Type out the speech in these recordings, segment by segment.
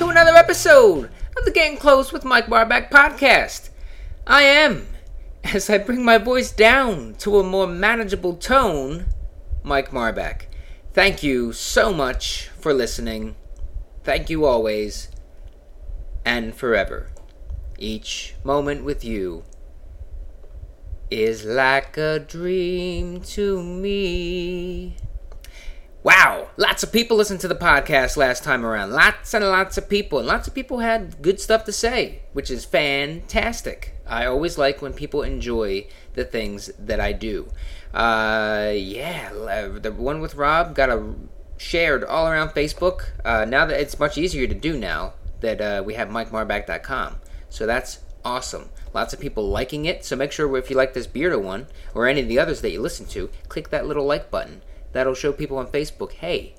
another episode of the Game Close with Mike Barback podcast. I am, as I bring my voice down to a more manageable tone, Mike Marback. Thank you so much for listening. Thank you always and forever. Each moment with you is like a dream to me. Wow, lots of people listened to the podcast last time around. Lots and lots of people. And lots of people had good stuff to say, which is fantastic. I always like when people enjoy the things that I do. Uh, yeah, l- the one with Rob got a shared all around Facebook. Uh, now that it's much easier to do now that uh, we have MikeMarback.com. So that's awesome. Lots of people liking it. So make sure if you like this Beardo one or any of the others that you listen to, click that little like button. That'll show people on Facebook, hey,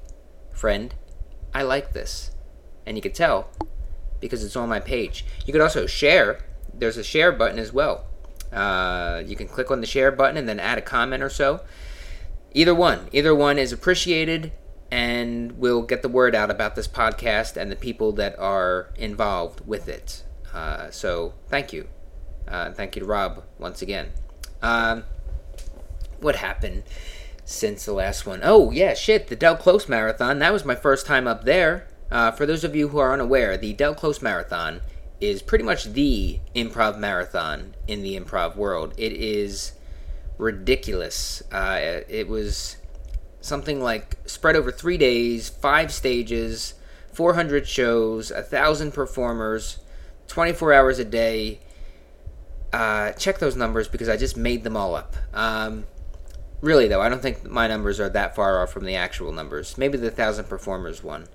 friend, I like this. And you can tell because it's on my page. You could also share. There's a share button as well. Uh, you can click on the share button and then add a comment or so. Either one, either one is appreciated, and we'll get the word out about this podcast and the people that are involved with it. Uh, so thank you, uh, thank you to Rob once again. Um, what happened since the last one? Oh yeah, shit, the Del Close Marathon. That was my first time up there. Uh, for those of you who are unaware, the Del Close Marathon is pretty much the improv marathon in the improv world. It is ridiculous. Uh, it was something like spread over three days, five stages, 400 shows, a thousand performers, 24 hours a day. Uh, check those numbers because I just made them all up. Um, really though, I don't think my numbers are that far off from the actual numbers. Maybe the thousand performers one.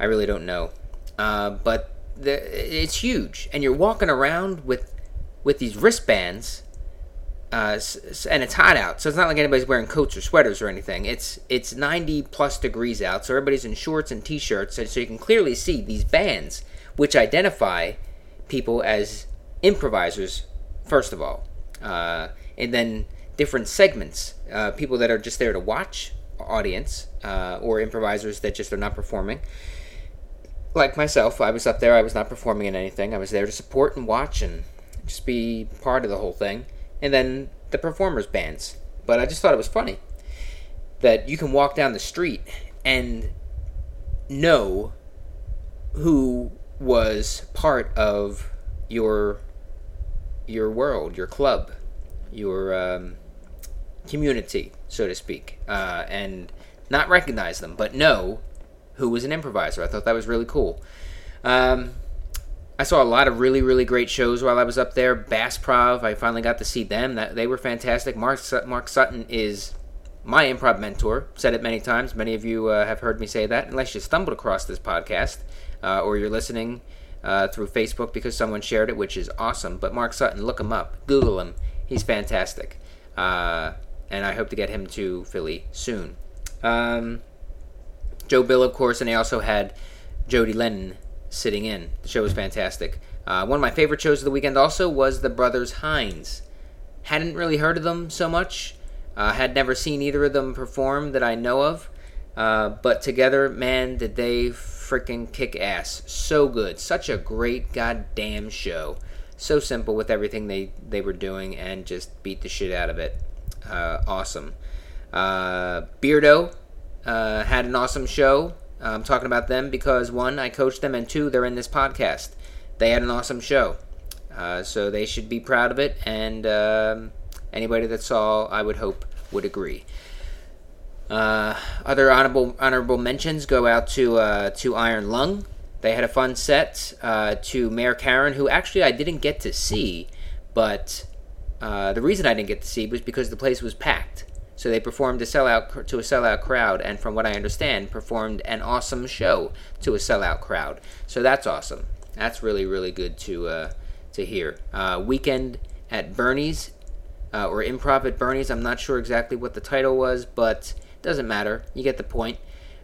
I really don't know. Uh, but the, it's huge, and you're walking around with with these wristbands, uh, s- s- and it's hot out, so it's not like anybody's wearing coats or sweaters or anything. It's it's 90 plus degrees out, so everybody's in shorts and t-shirts, and so you can clearly see these bands, which identify people as improvisers first of all, uh, and then different segments. Uh, people that are just there to watch, audience, uh, or improvisers that just are not performing. Like myself, I was up there. I was not performing in anything. I was there to support and watch and just be part of the whole thing. And then the performers' bands. But I just thought it was funny that you can walk down the street and know who was part of your your world, your club, your um, community, so to speak, uh, and not recognize them, but know who was an improviser. I thought that was really cool. Um, I saw a lot of really, really great shows while I was up there. Bass Prov, I finally got to see them. That they were fantastic. Mark Sut- Mark Sutton is my improv mentor. Said it many times. Many of you uh, have heard me say that, unless you stumbled across this podcast uh, or you're listening uh, through Facebook because someone shared it, which is awesome. But Mark Sutton, look him up, Google him. He's fantastic, uh, and I hope to get him to Philly soon. Um, Joe Bill, of course, and they also had Jody Lennon sitting in. The show was fantastic. Uh, one of my favorite shows of the weekend also was the Brothers Hines. Hadn't really heard of them so much. Uh, had never seen either of them perform that I know of. Uh, but together, man, did they freaking kick ass. So good. Such a great goddamn show. So simple with everything they, they were doing and just beat the shit out of it. Uh, awesome. Uh, Beardo uh, had an awesome show. I'm talking about them because one, I coached them, and two, they're in this podcast. They had an awesome show, uh, so they should be proud of it. And um, anybody that saw, I would hope, would agree. Uh, other honorable honorable mentions go out to uh, to Iron Lung. They had a fun set. Uh, to Mayor Karen, who actually I didn't get to see, but uh, the reason I didn't get to see was because the place was packed. So they performed a sellout to a sellout crowd, and from what I understand, performed an awesome show to a sellout crowd. So that's awesome. That's really really good to uh, to hear. Uh, weekend at Bernie's uh, or improv at Bernie's. I'm not sure exactly what the title was, but doesn't matter. You get the point.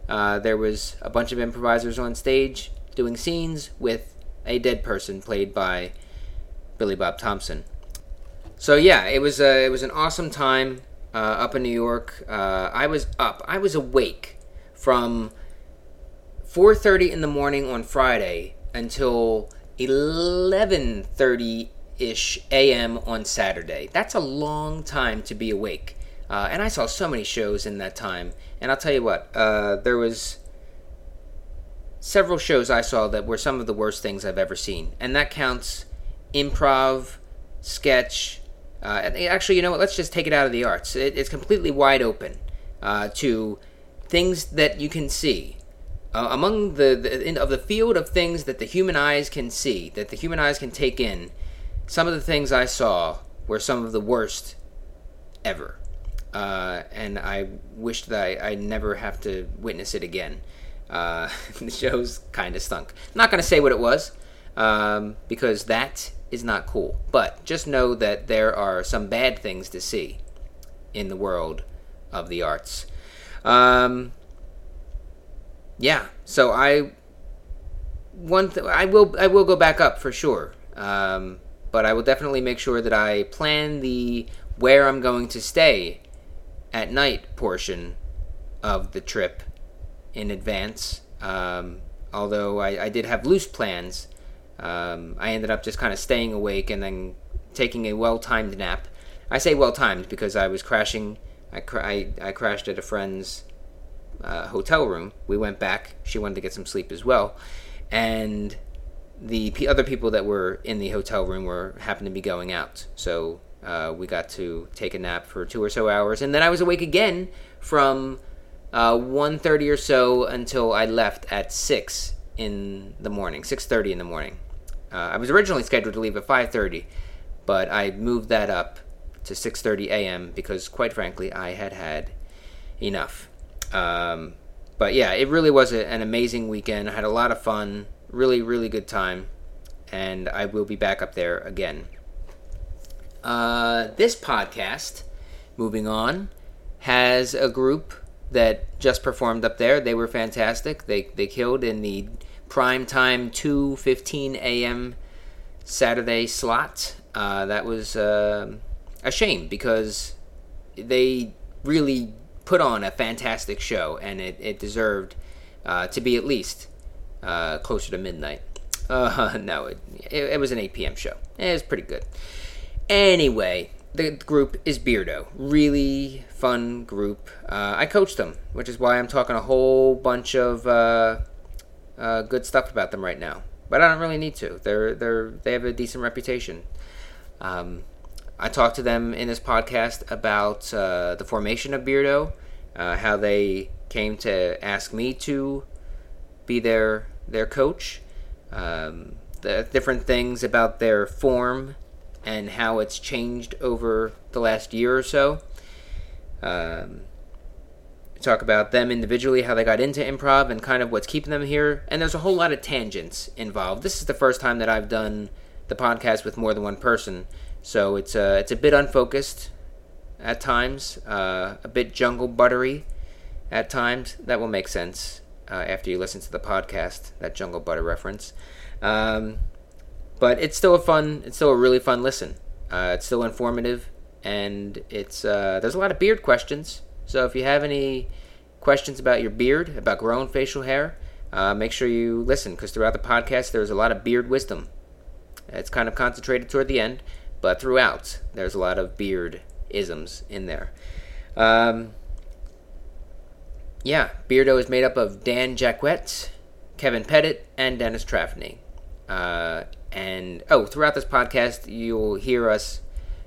Uh, there was a bunch of improvisers on stage doing scenes with a dead person played by Billy Bob Thompson. So yeah, it was uh, it was an awesome time uh, up in New York. Uh, I was up. I was awake from 4:30 in the morning on Friday until 11:30 ish a.m. on Saturday. That's a long time to be awake. Uh, and I saw so many shows in that time. And I'll tell you what, uh, there was several shows I saw that were some of the worst things I've ever seen, and that counts improv, sketch. Uh, and actually, you know what? Let's just take it out of the arts. It, it's completely wide open uh, to things that you can see. Uh, among the, the in, of the field of things that the human eyes can see, that the human eyes can take in, some of the things I saw were some of the worst ever. Uh, and I wished that I, I never have to witness it again. Uh, the show's kind of stunk. Not going to say what it was um, because that is not cool. But just know that there are some bad things to see in the world of the arts. Um, yeah, so I one th- I will I will go back up for sure. Um, but I will definitely make sure that I plan the where I'm going to stay at night portion of the trip in advance. Um, although I, I did have loose plans, um, I ended up just kind of staying awake and then taking a well-timed nap. I say well-timed because I was crashing. I cr- I, I crashed at a friend's uh, hotel room. We went back. She wanted to get some sleep as well, and the p- other people that were in the hotel room were happened to be going out. So uh, we got to take a nap for two or so hours, and then I was awake again from uh, 1.30 or so until I left at 6 in the morning, 6.30 in the morning. Uh, I was originally scheduled to leave at 5.30, but I moved that up to 6.30 a.m. because, quite frankly, I had had enough. Um, but yeah, it really was a, an amazing weekend. I had a lot of fun, really, really good time, and I will be back up there again. Uh, this podcast, moving on, has a group that just performed up there. They were fantastic. They they killed in the prime time 2:15 a.m. Saturday slot. Uh, that was um a shame because they really put on a fantastic show, and it, it deserved uh, to be at least uh, closer to midnight. Uh, no, it, it, it was an 8 p.m. show. It was pretty good. Anyway, the group is Beardo. Really fun group. Uh, I coached them, which is why I'm talking a whole bunch of uh, uh, good stuff about them right now. But I don't really need to. They're they're they have a decent reputation. Um, I talked to them in this podcast about uh, the formation of Beardo, uh, how they came to ask me to be their their coach, um, the different things about their form and how it's changed over the last year or so. Um, talk about them individually, how they got into improv, and kind of what's keeping them here. And there's a whole lot of tangents involved. This is the first time that I've done the podcast with more than one person, so it's uh, it's a bit unfocused at times, uh, a bit jungle buttery at times. That will make sense uh, after you listen to the podcast. That jungle butter reference. Um, but it's still a fun it's still a really fun listen uh, it's still informative and it's uh, there's a lot of beard questions so if you have any questions about your beard about growing facial hair uh, make sure you listen because throughout the podcast there's a lot of beard wisdom it's kind of concentrated toward the end but throughout there's a lot of beard isms in there um, yeah beardo is made up of dan jacquette kevin pettit and dennis traffney uh, and oh, throughout this podcast, you'll hear us.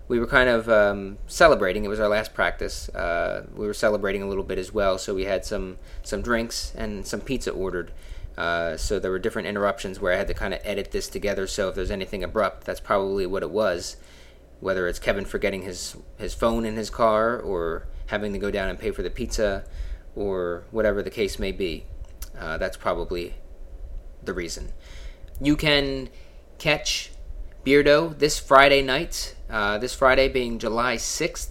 We were kind of um, celebrating. It was our last practice. Uh, we were celebrating a little bit as well, so we had some some drinks and some pizza ordered. Uh, so there were different interruptions where I had to kind of edit this together. So if there's anything abrupt, that's probably what it was. Whether it's Kevin forgetting his his phone in his car, or having to go down and pay for the pizza, or whatever the case may be, uh, that's probably the reason. You can catch Beardo this Friday night, uh, this Friday being July 6th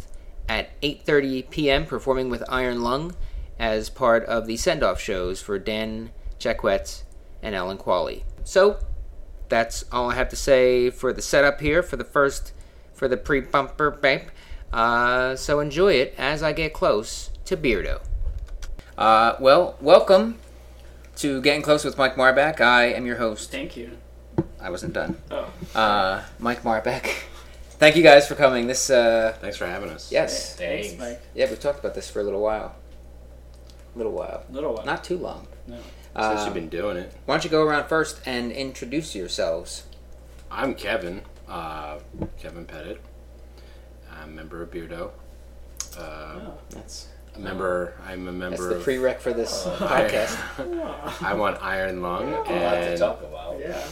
at 8:30 p.m. performing with Iron Lung as part of the send-off shows for Dan Jacquette and Alan Qualley. So that's all I have to say for the setup here for the first for the pre-bumper bump. Uh, so enjoy it as I get close to Beardo. Uh, well, welcome to Getting Close with Mike Marbeck. I am your host. Thank you. I wasn't done. Oh, Uh, Mike Marbeck. Thank you guys for coming. This, uh, Thanks for having us. yes. thanks, Thanks. Mike. Yeah, we've talked about this for a little while. little while. Little one. Not too long. no. Since Um, you've been doing it, Why don't you go around first and introduce yourselves? I'm Kevin. Uh, Kevin Pettit. I'm a member of Beardo. Uh, Oh. That's a member. I'm a that's member the prereq for this of podcast. Oh, I want Iron Oh, Lung lot to and talk about. Yeah.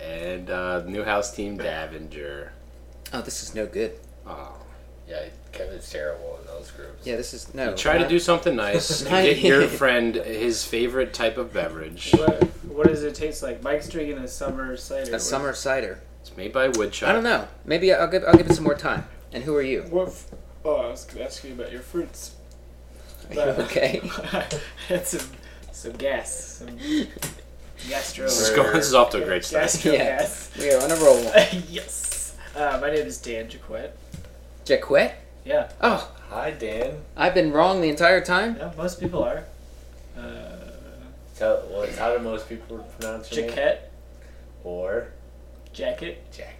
and uh, Newhouse Team Davenger. Oh, this is no good. Oh. Yeah, Kevin's terrible in those groups. Yeah, this is no. Try to uh, do something nice. and Right. get your friend his favorite type of beverage. What, what does it taste like? Mike's drinking a summer cider. a summer cider. It's made by Woodchuck. I don't know. Maybe I'll give I'll give it some more time. And who are you? What? f- Oh, I was gonna ask you about your fruits. Are you okay? That's some some gas. Some gastro. This is, going, this is off to a great start. Gastro yeah, gas. we are on a roll. yes. Uh, my name is Dan Jaquette. Jaquette? Yeah. Oh, Hi, Dan. I've been wrong the entire time. Yeah. Most people are. Uh, Tell well, how do most people pronounce your name? Jaquette. Or Jacket. jacket.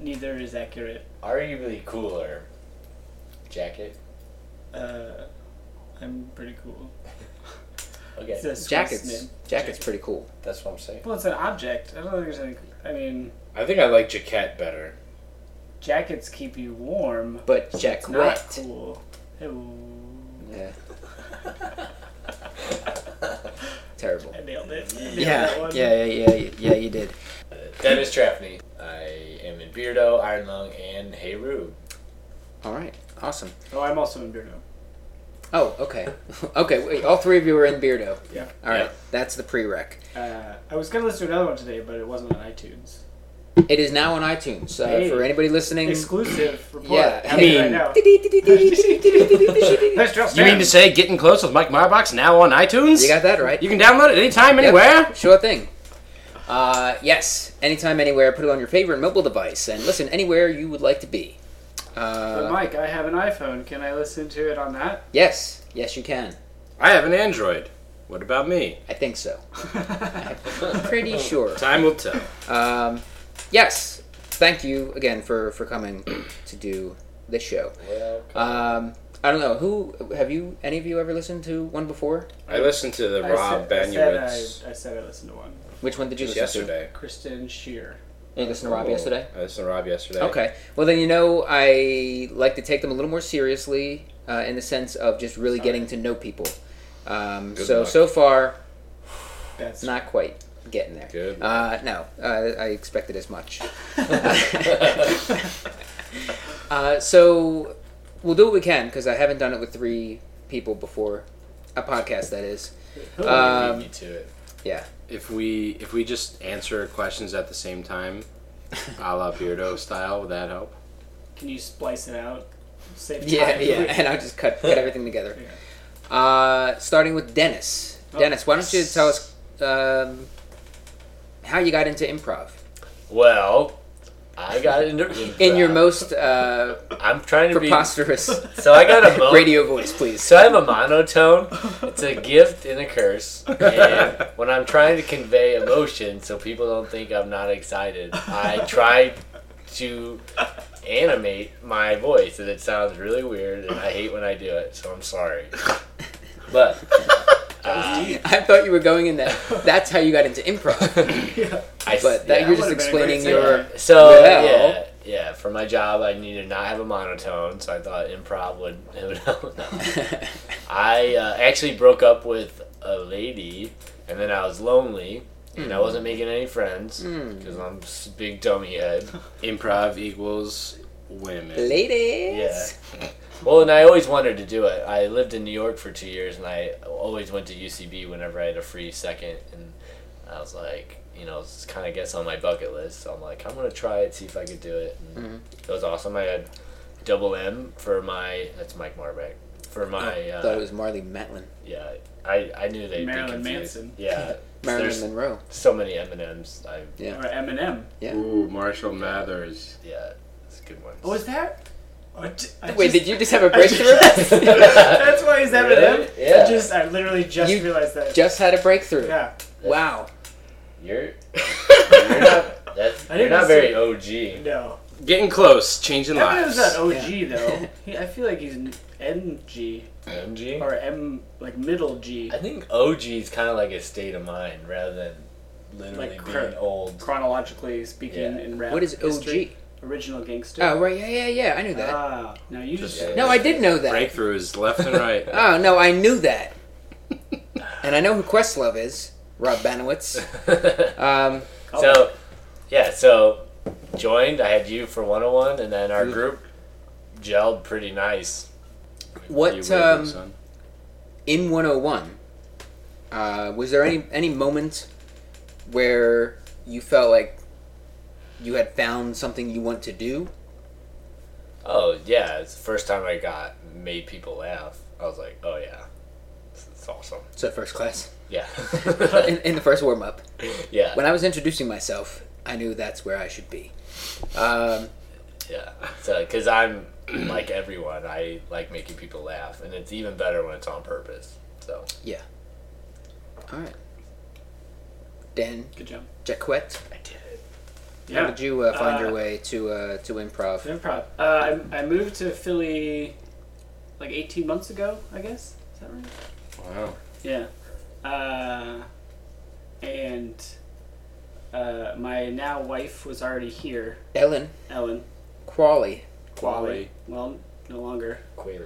Neither is accurate. Arguably cooler. Jacket. Uh, I'm pretty cool. Okay, It's a Swiss Jackets. name. Jackets pretty cool. that's what I'm saying. Well, it's an object. I don't think there's any. I mean, I think I like Jaquette better. jackets keep you warm. But It's not Jaquette. cool. Ew. Yeah. Terrible. I nailed it. I nailed that Yeah, one. yeah, yeah, yeah, yeah, yeah, you did. Dennis Traffney. I am in Beardo, Iron Lung, and Hey Rude. All right, awesome. Oh, I'm also in Beardo. Oh, okay, okay. Wait, all three of you were in Beardo. Yeah. All right, Yeah. that's the prereq. Uh, I was gonna listen to another one today, but it wasn't on iTunes. It is now on iTunes. Uh, Hey. For anybody listening, Exclusive report. Mm. yeah. I mean, I know. you That's just You mean to say Getting Close with Mike Marbox now on iTunes? got that right. You can download it anytime, Yep, anywhere. Sure thing. Uh, yes, anytime, anywhere. Put it on your favorite mobile device and listen anywhere you would like to be. But Uh, Mike, I have an iPhone. Can I listen to it on that? yes, yes, you can. I have an Android. What about me? I think so. I'm pretty sure. Time will tell. Um, yes, thank you again for for coming to do this show. Well, Um, I don't know who have you any of you ever listened to one before? I listened to the I Rob said, I, Banyowitz said I, I said I listened to one. Which one did you just listen yesterday. Oh. Kristen Shear. to? You listened to Rob yesterday. I listened to Rob yesterday. Okay. Well, then you know I like to take them a little more seriously uh, in the sense of just really getting to know people. Um, Good so luck. so far, That's not quite getting there. Good. Uh, no, uh, I expected as much. uh, so we'll do what we can because I haven't done it with three people before, a podcast that is. I'll Um, leave you to it. yeah. If we if we just answer questions at the same time, a la Beardo style, would that help? Can you splice it out? Save time. Yeah, yeah, and I'll just cut, cut everything together. Uh, starting with Dennis. Oh, Dennis, why don't you yes. tell us um, how you got into improv Well, I got into in your most uh, I'm trying to be. preposterous So I got a mo- radio voice, please? So I have a monotone. It's a gift and a curse. And when I'm trying to convey emotion so people don't think I'm not excited, I try to animate my voice and it sounds really weird and I hate when I do it, so I'm sorry. But uh, I thought you were going in that. That's how you got into improv. I But that, yeah. you're just would've been a great explaining singer. your. So Well- yeah, yeah. For my job, I needed to not have a monotone, so I thought improv would. It would help. No. I uh, actually broke up with a lady, and then I was lonely, and I wasn't making any friends because I'm s- big dummy head. Improv equals women. Ladies. Yeah. Well, and I always wanted to do it. I lived in New York for two years, and I always went to UCB whenever I had a free second. And I was like, you know, it's kind of gets on my bucket list. So I'm like, I'm gonna try it, see if I could do it. And Mm-hmm. It was awesome. I had double M for my. That's Mike Marbeck for my. thought it Uh, Oh, was Marley Matlin, yeah, I I knew they'd be Marilyn confused. Manson. Yeah, Marilyn there's Monroe. so many M and M's. I Yeah. Or Eminem. Yeah. Ooh, Marshall Mathers. yeah, it's a good one. Was that? I ju- I Wait, just- did you just have a I just- breakthrough? That's why he's having Really? him. Yeah. I just I literally just You realized that. just had a breakthrough. yeah. Wow. You're, you're not, that's, I you're didn't not very OG. No. Getting close, changing Eminem's lives. not OG though. He, I feel like he's an MG OG? or M like middle G. I think OG is kind of like a state of mind rather than literally Like being current. old. Chronologically speaking, Yeah. in rap. What is history, Original gangster. OG? Oh, right. Yeah, yeah, yeah. I knew that. Ah, no, you just. Yeah. no, I did know that. Breakthroughs left and right. Oh, no, I knew that. and I know who Questlove is Rob Banowitz. Um, So, yeah, so joined. I had you for 101, and then our Mhm. group gelled pretty nice. What, You will do, um, son. in 101, uh, was there any, any moment where you felt like you had found something you want to do? Oh, yeah, it's the first time I got made people laugh. I was like, oh, yeah, this is awesome. So, first class. Yeah. In, in the first warm up. yeah. When I was introducing myself, I knew that's where I should be. Um, Yeah. So, because I'm like everyone, I like making people laugh, and it's even better when it's on purpose. So, yeah. All right. Dan Good job. Jaquette, I did it. how did you uh, find your Uh, way to uh, to improv? Improv. Uh, I, I moved to Philly like 18 months ago, I guess. Is that right? Wow. Yeah. Uh, and uh, my now wife was already here, Ellen Ellen. Crawley. Quali. Well, no longer. Quayle.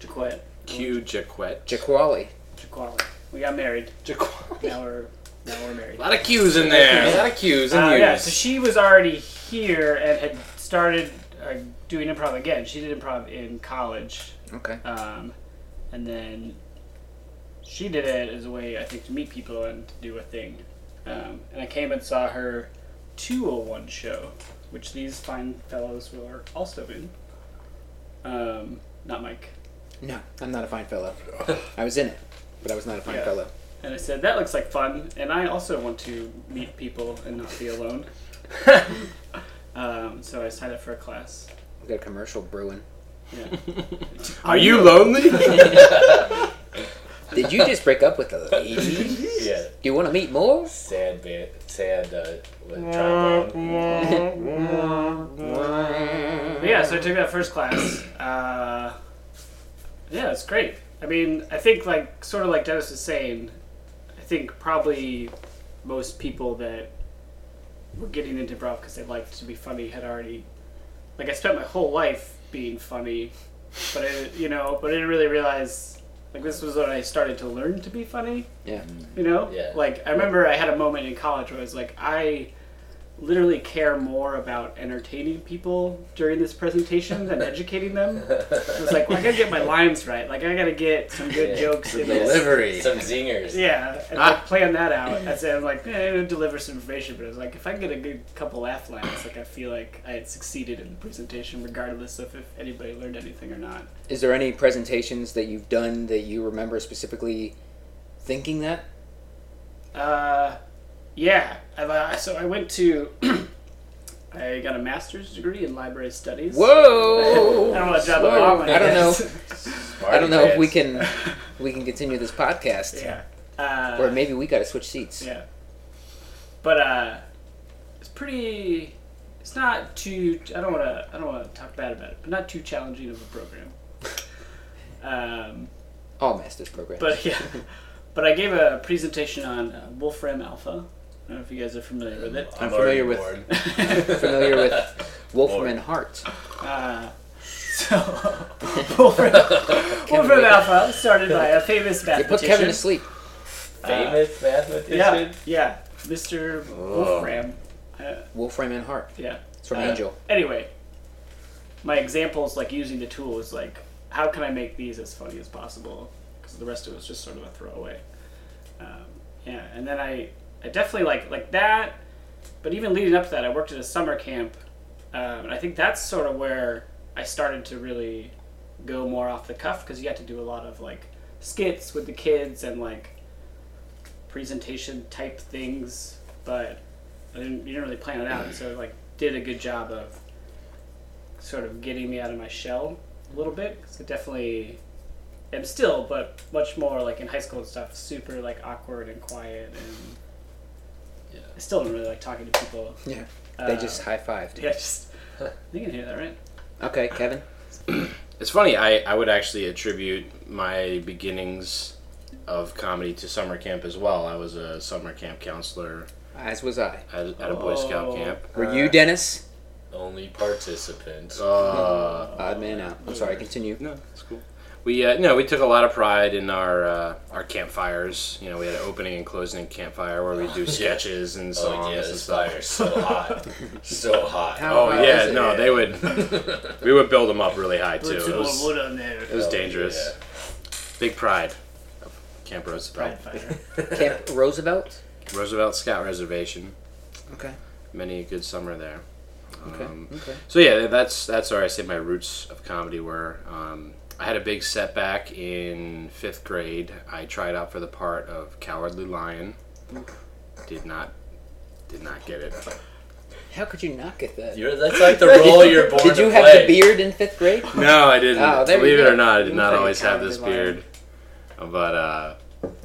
Jaquette. Q Jaquette. Jaquali. Jaquale. We got married. Jaquette. Now we're now we're married. A lot of Q's in there. A lot of Q's and Uh, U's. yeah, so she was already here and had started uh, doing improv again. She did improv in college, Okay. um, and then she did it as a way, I think, to meet people and to do a thing. Um, and I came and saw her 201 show, which these fine fellows were also in. Um, not Mike. No, I'm not a fine fellow. I was in it, but I was not a fine Yeah. fellow. And I said, that looks like fun, and I also want to meet people and not be alone. um, so I signed up for a class. We got a commercial brewing. Yeah. Are you lonely? Did you just break up with a lady? Do Yeah. you want to meet more? Sad bit. Sad. Uh, with trombone. But yeah, so I took that first class. Uh, yeah, it's great. I mean, I think, like, sort of like Dennis was saying, I think probably most people that were getting into improv because they liked to be funny had already. Like, I spent my whole life being funny, but I, you know, but I didn't really realize. Like, this was when I started to learn to be funny. Yeah. You know? Yeah. Like, I remember I had a moment in college where I was like, I literally care more about entertaining people during this presentation than educating them. I was like, well, I gotta get my lines right. Like, I gotta get some good Yeah. jokes in this. Delivery. Some zingers. Yeah, and I planned that out. I said, I'm like, eh, it would deliver some information, but I was like, if I can get a good couple laugh lines, like, I feel like I had succeeded in the presentation, regardless of if anybody learned anything or not. Is there any presentations that you've done that you remember specifically thinking that? Uh, yeah. I, uh, so I went to. I got a master's degree in library studies. I Whoa! don't want to drop the Whoa, bomb like I don't know. this. I don't know if we can we can continue this podcast, yeah. Uh, or maybe we got to switch seats. Yeah. But uh, it's pretty. It's not too. I don't want to. I don't want to talk bad about it, but not too challenging of a program. Um, All masters programs. but yeah, but I gave a presentation on uh, Wolfram Alpha. I don't know if you guys are familiar with it. I'm familiar with- familiar with Wolfram Lord. and Hart. Uh, so Wolfram, Wolfram Alpha started by a famous They mathematician. put Kevin to sleep. famous mathematician. Yeah, yeah, Mr. Wolfram. Oh. Uh, Wolfram and Hart. yeah. It's from Uh, Angel. Anyway, my examples like using the tool is like, how can I make these as funny as possible? Because the rest of it was just sort of a throwaway. Um, yeah, and then I, I definitely like like that. But even leading up to that, I worked at a summer camp, um, and I think that's sort of where I started to really go more off the cuff because you had to do a lot of like skits with the kids and like presentation type things, but I didn't, you didn't really plan it out. So like, did a good job of sort of getting me out of my shell a little bit. 'cause I definitely am still, but much more like in high school and stuff, super like awkward and quiet, and Yeah. I still don't really like talking to people. Yeah. Uh, They just high fived. yeah, just you can hear that, right? Okay, Kevin. It's funny. I, I would actually attribute my beginnings of comedy to summer camp as well. I was a summer camp counselor As was I. at, at a Boy Scout Oh. camp. Were you Dennis? Only participant. Uh, Odd man out. I'm sorry. Continue. no, it's cool. We uh, no, we took a lot of pride in our uh, our campfires. You know, we had an opening and closing campfire where we do sketches and songs Oh yeah, and this stuff. fire's so hot, so hot. How- Oh Oh, yeah, is it? no, they would. we would build them up really high too. Put It some more was, wood on there. it was Oh, dangerous. Big pride. of Camp Pride Roosevelt. fire. Camp Roosevelt. Roosevelt Scout Reservation. Okay. Many a good summer there. Okay. okay. So yeah, that's that's where I say my roots of comedy were. Um, I had a big setback in fifth grade. I tried out for the part of Cowardly Lion. Did not, did not get it. How could you not get that? You're, that's like the role you're born Did you to have play. the beard in fifth grade? No, I didn't. Oh, there you Believe it go. or not, I did You not played always have this Cowardly Lion. beard. But uh,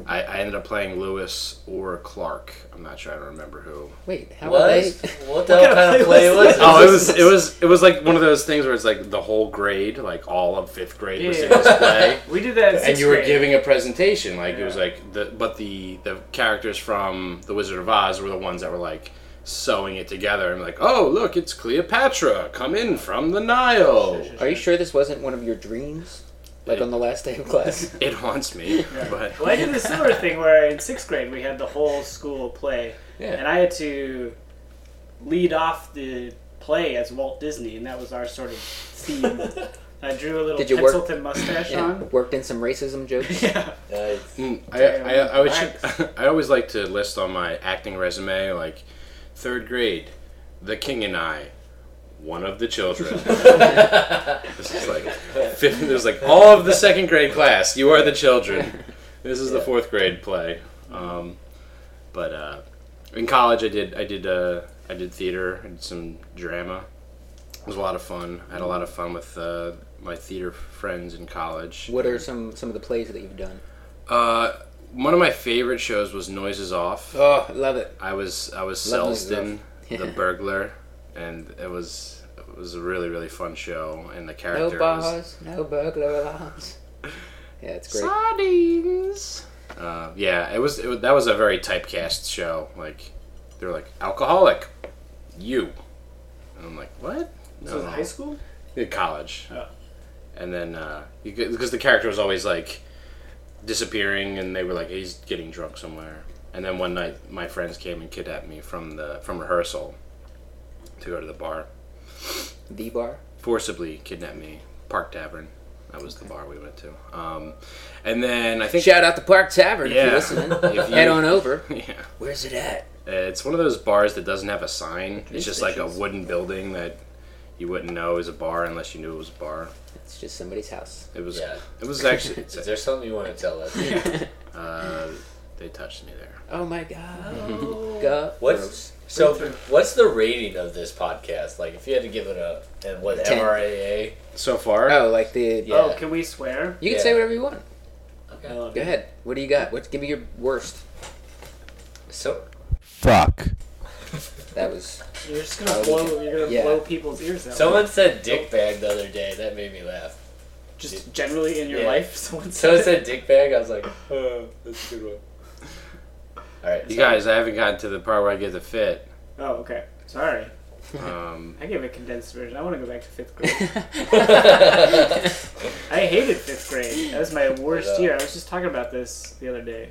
I, I ended up playing Lewis or Clark. I'm not sure. I don't remember who. Wait, how What? are they? What the hell kind of play was Oh, it was it was it was like one of those things where it's like the whole grade, like all of fifth grade, was in Yeah. this play. We did that. In and sixth you were grade. giving a presentation like it was Yeah. like the but the the characters from the wizard of oz were the ones that were like sewing it together and like oh look it's cleopatra come in from the Oh, nile Are you sure this wasn't one of your dreams? Like on the last day of class? it haunts me but Well, I did this similar thing where in sixth grade we had the whole school play, Yeah. and I had to lead off the play as Walt Disney, and that was our sort of theme. I drew a little Did you work- Pencilton mustache Yeah. on. Worked in some racism jokes? Yeah. Nice. Mm, I, Damn, I, I, would thanks. should- I always like to list on my acting resume like third grade the king and i one of the children this is like fifth, there's like all of the second grade class you are the children this is the fourth grade play um, but uh, in college i did i did uh, i did theater and some drama it was a lot of fun i had a lot of fun with uh, my theater friends in college What are some, some of the plays that you've done? uh, one of my favorite shows was Noises Off. Oh, I love it. I was I was Love Noises Selston, Off. the burglar, and it was it was a really really fun show, and the No character was bars, no burglar alarms. Yeah, it's great. sardines. Uh, yeah, it was, it was that was a very typecast show. Like they were like alcoholic, you, and I'm like what? So it was high school? Yeah, college. Oh. And then uh, you get- because the character was always like disappearing, and they were like he's getting drunk somewhere. And then one night, my friends came and kidnapped me from the from rehearsal to go to the bar. The bar? Forcibly kidnapped me, Park Tavern. That was the bar we went to. Um, and then I think Shout out to Park Tavern if Yeah. you're listening. if you- Head on over. Yeah, Where's it at? it's one of those bars that doesn't have a sign. It's just like a stations. wooden building that you wouldn't know is a bar unless you knew it was a bar. It's just somebody's house. It was. Yeah. It was actually. Is there something you want to tell us? Uh, they touched me there. Oh my god. Go. What's so? What's the rating of this podcast? Like, if you had to give it a and what Ten. MRAA? So far, Oh, like the. Yeah. Oh, can we swear? Oh, You can Yeah. say whatever you want. I Okay. love Go it. ahead. What do you got? What, give me your worst. So Fuck. That was. You're just gonna blow. You're gonna Oh, Yeah. blow people's ears out. someone said dick bag the other day. That made me laugh. just generally in your Yeah. life, someone Someone said. said dick bag. I was like, oh, that's a good one. All right. you so- guys, I haven't gotten to the part where I get the fit. Oh, okay. Sorry. Um, I gave a condensed version. I want to go back to fifth grade. yeah. I hated fifth grade. That was my worst Yeah. year. I was just talking about this the other day.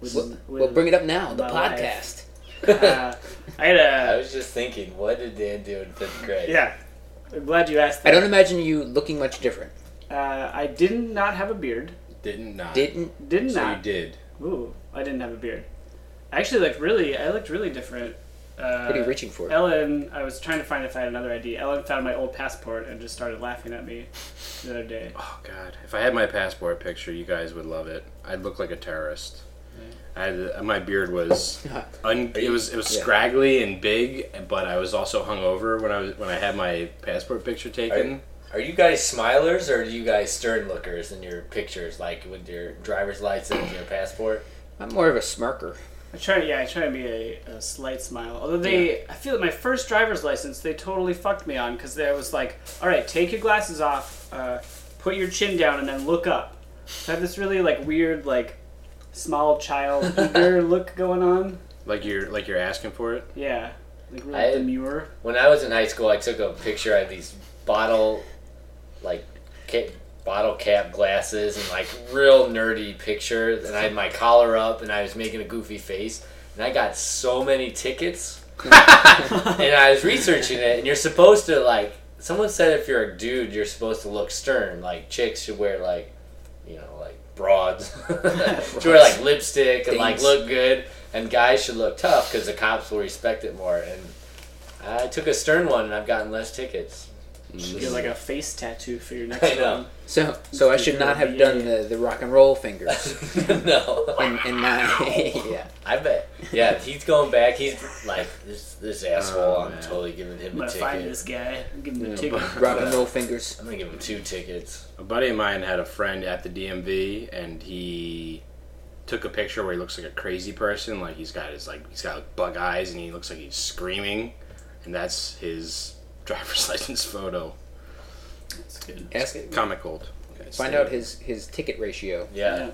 With, Well, with- well, bring it up now. The my podcast. life. uh, I had I Uh, a was just thinking, what did Dan do in fifth grade? yeah. I'm glad you asked. I That. don't imagine you looking much different. Uh, I did not have a beard. didn't not. Didn't. Did so you not. did. Ooh, I didn't have a beard. I actually looked really. I looked really different. Uh, What are you reaching for? Ellen, I was trying to find if I had another ID. Ellen found my old passport and just started laughing at me the other day. Oh God! If I had my passport picture, you guys would love it. I'd look like a terrorist. I had, my beard was un, it was it was Yeah. scraggly and big, but I was also hungover when I was when I had my passport picture taken. Are you guys smilers or are you guys stern lookers in your pictures, like with your driver's license, your passport? I'm more of a smirker. I try, yeah, I try to be a, a slight smile. Although they, I feel that my first driver's license, they totally fucked me on because there was like, all right, take your glasses off, uh, put your chin down, and then look up. So I have this really like weird like small child eager look going on. Like you're like you're asking for it. Yeah, like really I- demure. When I was in high school, I took a picture. I had these bottle, like, ca- bottle cap glasses and like real nerdy picture. And I had my collar up and I was making a goofy face. And I got so many tickets. and I was researching it. And you're supposed to like. Someone said if you're a dude, you're supposed to look stern. Like chicks should wear like, you know, like broads. should wear like lipstick and like Things. look good. And guys should look tough because the cops will respect it more. And I took a stern one and I've gotten less tickets. You get like a face tattoo for your next Mm. I know. one. So, so I should not have done the, the rock and roll fingers no, in, in my yeah. I bet. Yeah, he's going back. He's like this this asshole. Oh, I'm man. totally giving him I'm a gonna find this ticket. guy. Give him the Yeah, ticket. but- Rock and roll fingers. I'm gonna give him two tickets. A buddy of mine had a friend at the DMV, and he took a picture where he looks like a crazy person. Like he's got his like he's got like bug eyes, and he looks like he's screaming, and that's his driver's license photo. That's good. Ask Comic old. find out his his ticket ratio. Yeah.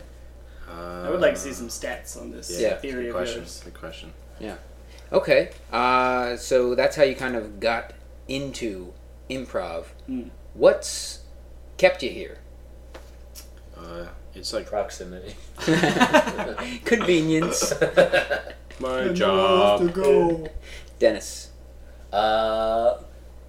I would like to Uh, see some stats on this Yeah, theory Uh, Good of question. yours. Good question. Okay, uh, so that's how you kind of got into improv. Mm. What's kept you here? Uh, it's like Proximity. Convenience, my job. go. Dennis. Uh,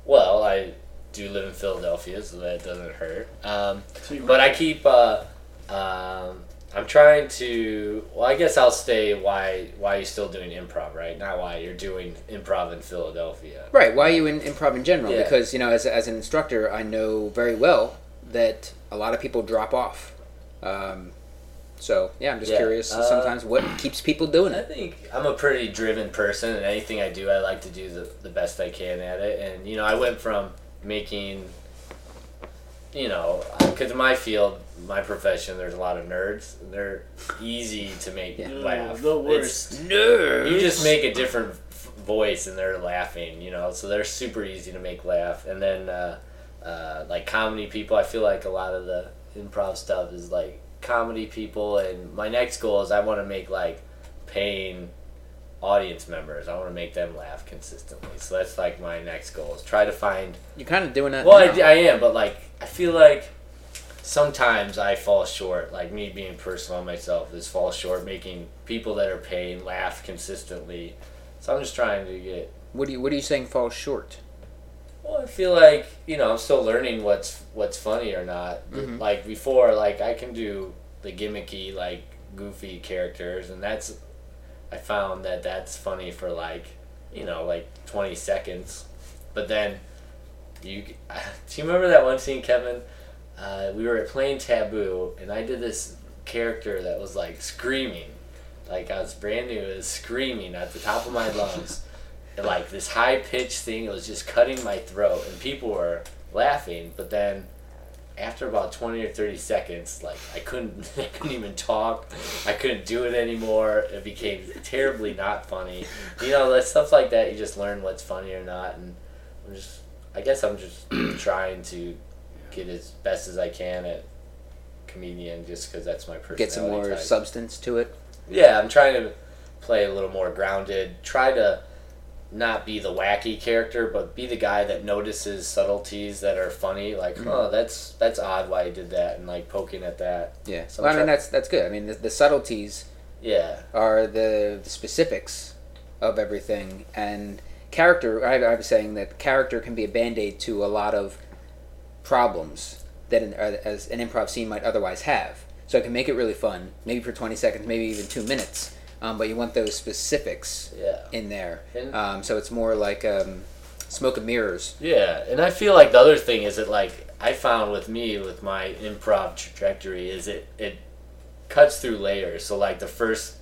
well, I do live in Philadelphia, so that doesn't hurt. Um, So you but I keep. Uh, um, I'm trying to. Well, I guess I'll stay. Why? Why you're still doing improv, right? Not why you're doing improv in Philadelphia. Right. Why are you in improv in general? Yeah. Because you know, as as an instructor, I know very well that a lot of people drop off. Um, so yeah, I'm just Yeah, curious. uh, sometimes what keeps people doing I it? think I'm a pretty driven person, and anything I do, I like to do the, the best I can at it. And you know, I went from making, you know, because in my field, my profession, there's a lot of nerds. and They're easy to make Yeah. laugh. Mm, The It's- worst. Nerd. you just make a different f- voice, and they're laughing. You know, so they're super easy to make laugh. And then, uh, uh, like comedy people, I feel like a lot of the improv stuff is like comedy people. And my next goal is I want to make like paying audience members. I want to make them laugh consistently. So that's like my next goal is try to find. You're kind of doing that. Well, I, now. I am, but like I feel like sometimes I fall short. Like me being personal on myself is fall short, making people that are paying laugh consistently. So I'm just trying to get What do you What are you saying falls short? well, I feel like you know I'm still learning what's what's funny or not. Mhm. Like before, like I can do the gimmicky, like goofy characters, and that's I found that that's funny for like you know like 20 seconds, but then you do you remember that one scene, Kevin? Uh, we were playing Taboo, and I did this character that was like screaming, like I was brand new, it was screaming at the top of my lungs and, like this high pitched thing. It was just cutting my throat, and people were laughing. But then, after about twenty or thirty seconds, like I couldn't, I couldn't even talk. I couldn't do it anymore. It became terribly not funny. You know, like stuff like that. You just learn what's funny or not, and I'm just, I guess I'm just trying to get as best as I can at comedian, just because that's my personality. Get some more type. substance to it. Yeah, I'm trying to play a little more grounded. Try to not be the wacky character, but be the guy that notices subtleties that are funny. Like, oh, that's that's odd why he did that, and like poking at that. Yeah. So well, I I'm mean, try- that's that's good. I mean, the, the subtleties Yeah, are the, the specifics of everything, and character. I, I was saying that character can be a band aid to a lot of problems that an, uh, as an improv scene might otherwise have. So it can make it really fun, maybe for twenty seconds, maybe even two minutes. Um, but you want those specifics yeah, in there. And- Um, so it's more like um, smoke and mirrors. yeah. And I feel like the other thing is that like I found with me with my improv trajectory is it it cuts through layers. So like the first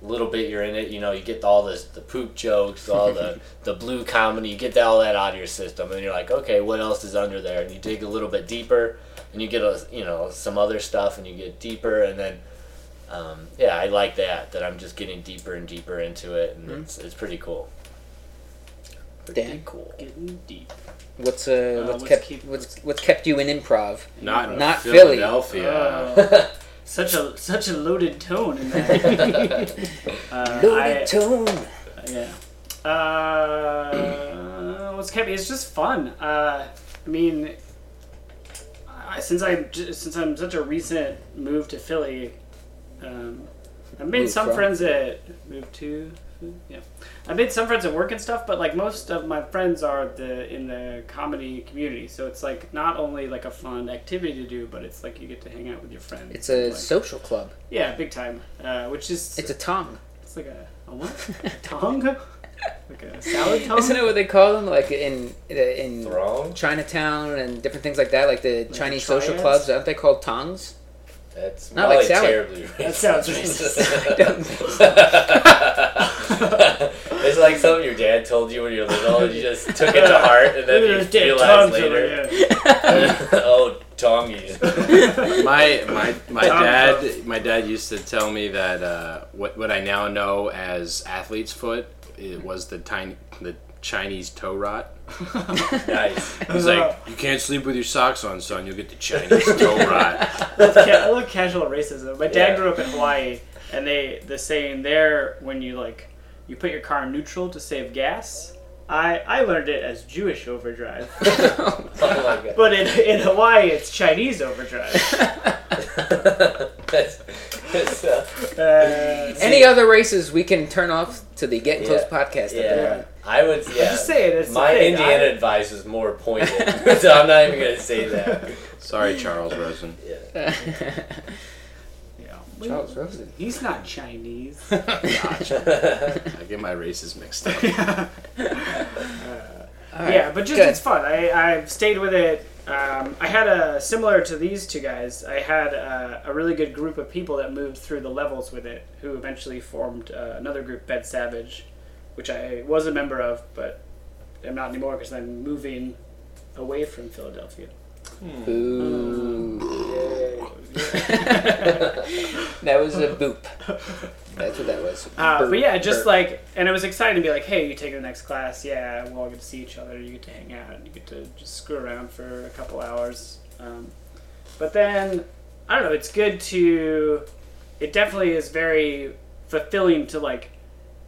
little bit you're in it, you know, you get all the the poop jokes, all the the blue comedy, you get that, all that out of your system, and you're like, okay, what else is under there? And you dig a little bit deeper, and you get a you know some other stuff, and you get deeper, and then. Um, yeah, I like that. That I'm just getting deeper and deeper into it, and it's, it's pretty cool. Pretty Dan? cool. Getting deep. What's uh, Uh, what's, what's kept keep- what's what's kept you in improv? Not in Not Philly. Philadelphia. Oh, such a such a loaded tone in that. uh, Loaded I- tone. Yeah. Uh, what's kept me? It's just fun. Uh, I mean, I, since I since I'm such a recent move to Philly, um, I've made Moved some from? friends that moved to. Yeah, I made some friends at work and stuff, but like most of my friends are the in the comedy community, so it's like not only like a fun activity to do, but it's like you get to hang out with your friends. It's a Like- social club. yeah, big time. Uh, which is It's a tongue. it's like a, a what? A tongue? like a salad tongue? Isn't it what they call them? Like in in Wrong. Chinatown and different things like that. Like the Chinese social triads? clubs. Aren't they called tongs? That's Not probably like salad. terribly That sounds racist. it's like something your dad told you when you were little and you just took it to heart and then you realized later. oh, tongies. my my my Tom dad my dad used to tell me that uh, what what I now know as athlete's foot it was the tiny the Chinese toe rot. nice. He's like, you can't sleep with your socks on, son. You'll get the Chinese toe rot. Ca- a little casual racism. My dad Yeah. grew up in Hawaii, and they the saying there when you like you put your car in neutral to save gas. I I learned it as Jewish overdrive, Oh my but in in Hawaii it's Chinese overdrive. god. that's, that's, uh, Uh, Any other races we can turn off to the Get Close Yeah. podcast? at the yeah. moment. I would. Yeah. just saying, it's a my thing. Indiana advice is more pointed, so I'm not even gonna say that. Sorry, Charles Rosen. Yeah. yeah. Charles Rosen. He's not Chinese. I get my races mixed up. All right. Yeah, but just Good. it's fun. I, I've stayed with it. Um, I had a similar to these two guys. I had a, a really good group of people that moved through the levels with it, who eventually formed uh, another group, Bed Savage, which I was a member of, but am not anymore because I'm moving away from Philadelphia. Boo. that was a boop. That's what that was. Uh, but Burp, yeah, just burp. like, and it was exciting to be like, hey, you take the next class, yeah, we'll all get to see each other, you get to hang out, you get to just screw around for a couple hours. Um, but then, I don't know, it's good to, it definitely is very fulfilling to like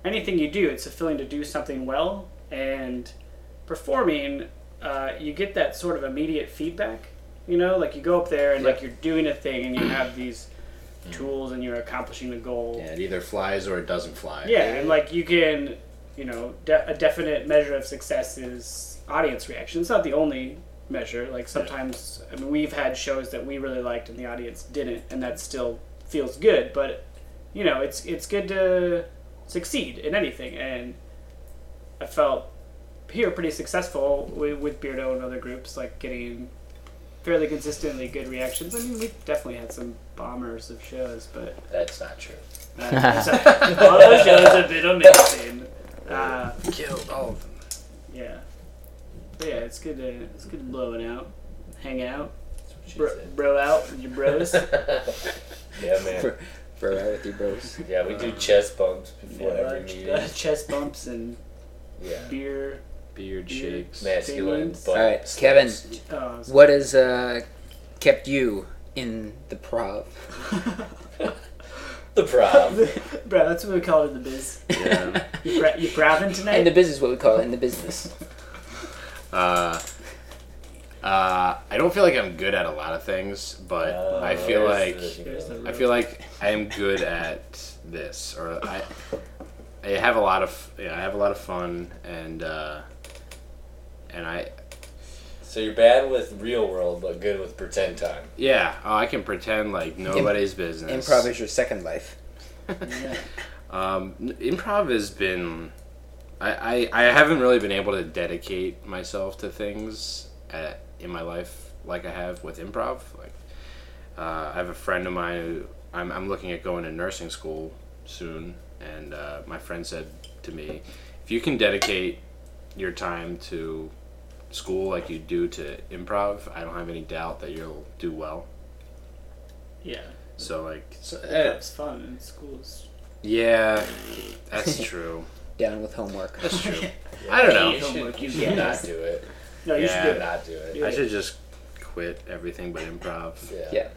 anything you do, it's fulfilling to do something well, and performing, uh, you get that sort of immediate feedback. You know, like you go up there and like you're doing a thing and you have these tools and you're accomplishing a goal. Yeah, it either flies or it doesn't fly. Yeah, and like you can, you know, de- a definite measure of success is audience reaction. It's not the only measure. Like sometimes, I mean, we've had shows that we really liked and the audience didn't, and that still feels good. But you know, it's it's good to succeed in anything, and I felt here pretty successful with, with Beardo and other groups, like getting fairly consistently good reactions. I mean, we definitely had some bombers of shows, but. That's not true. Uh, so, all those shows have been amazing. Uh, Killed all of them. yeah, but yeah, it's good to it's good to blow it out, hang out, That's what she bro, said. bro out with your bros. yeah, man. Bro, out with you, bros. Yeah, we do chest bumps Yeah, before every meeting. uh, chest bumps and Yeah. beer. Beard shakes. Masculine. Feelings. But All right, Kevin. Oh, it's- What has uh, kept you in the prov? The prom. bro, that's what we call it in the biz. Yeah. You, bra- you grabbing tonight? In the business, what we call it in the business. Uh, uh, I don't feel like I'm good at a lot of things, but Uh, I feel like. Here's the I feel like I am good at this, or I, I have a lot of, yeah, I have a lot of fun, and uh, and I, so you're bad with real world, but good with pretend time. yeah, oh, I can pretend like nobody's business. Improv is your second life. Um, n- improv has been, I, I, I haven't really been able to dedicate myself to things at, in my life like I have with improv. Like, uh, I have a friend of mine. Who, I'm, I'm looking at going to nursing school soon, and uh, my friend said to me, "If you can dedicate your time to school like you do to improv, I don't have any doubt that you'll do well." Yeah. So like, So uh, eh, that's fun and school's yeah, that's true. Down with homework. That's true. I don't know. You should, Homework, you you should get not it. do it. No, you Yeah. should You do should that. not do it. I should just quit everything but improv. Yeah. Yeah.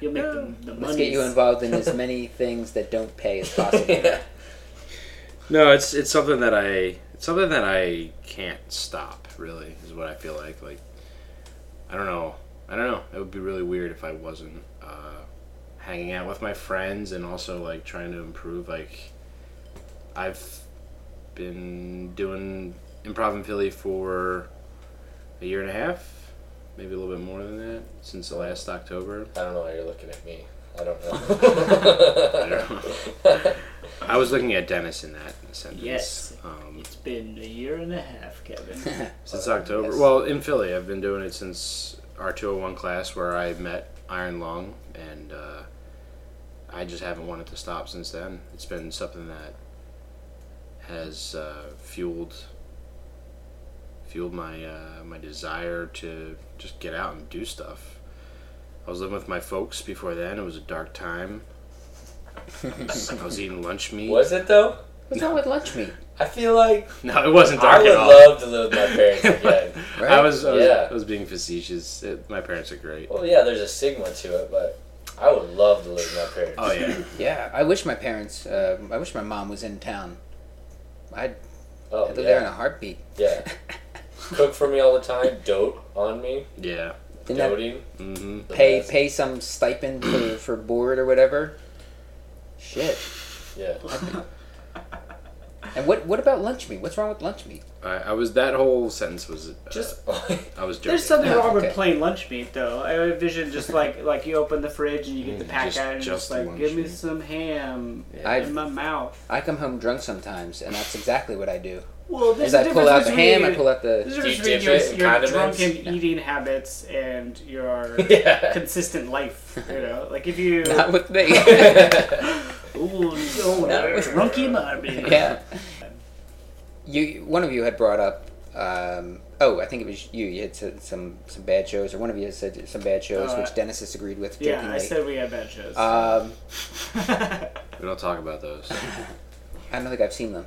You'll make the, the money. Let's get you involved in as many things that don't pay as possible. No, it's it's something that I it's something that I can't stop. Really, is what I feel like. Like, I don't know. I don't know. It would be really weird if I wasn't uh, hanging out with my friends and also like trying to improve. Like, I've been doing improv in Philly for a year and a half, maybe a little bit more than that since the last October. I don't know why you're looking at me. I don't know. I don't know. I was looking at Dennis in that sentence. Yes. Um, It's been a year and a half, Kevin. Since October. yes. Well, in Philly, I've been doing it since our 201 class where I met Iron Lung, and uh, I just haven't wanted to stop since then. It's been something that has uh, fueled fueled my uh, my desire to just get out and do stuff. I was living with my folks before then. It was a dark time. I was, I was eating lunch meat. Was it though? What's wrong with lunch meat? I feel like No, it wasn't I dark would at all. love to live with my parents again. Right? I was I was, Yeah. I was being facetious. It, my parents are great. well, yeah, there's a stigma to it, but I would love to live with my parents. Oh yeah. Yeah, I wish my parents. Uh, I wish my mom was in town. I'd, Oh, I'd live there in a yeah. heartbeat. yeah. Cook for me all the time, dote on me, Yeah. Didn't that doting. hmm the pay best. pay some stipend for, for board or whatever? Shit. Yeah. And what what about lunch meat? What's wrong with lunch meat? I, I was that whole sentence was uh, Just- I was joking. There's something Yeah, wrong with okay. plain lunch meat, though. I envision just like like you open the fridge and you get the Mm, pack just- out and just just like lunch give me meat." some ham I- in my mouth. I come home drunk sometimes, and that's exactly what I do. Well, Is there's a I pull difference out the ham, I between- pull out the. There's a Do you difference between dip it your, in your condiments? drunken eating habits and your yeah. consistent life. You know, like if you Not with me. ooh, oh, Not with- drunky Marvin. yeah. You one of you had brought up. Um, oh, I think it was you. You had said some some bad shows, or one of you had said some bad shows, Uh, which Dennis disagreed with. Yeah, I jokingly. said we had bad shows. Um, we don't talk about those. I don't think I've seen them.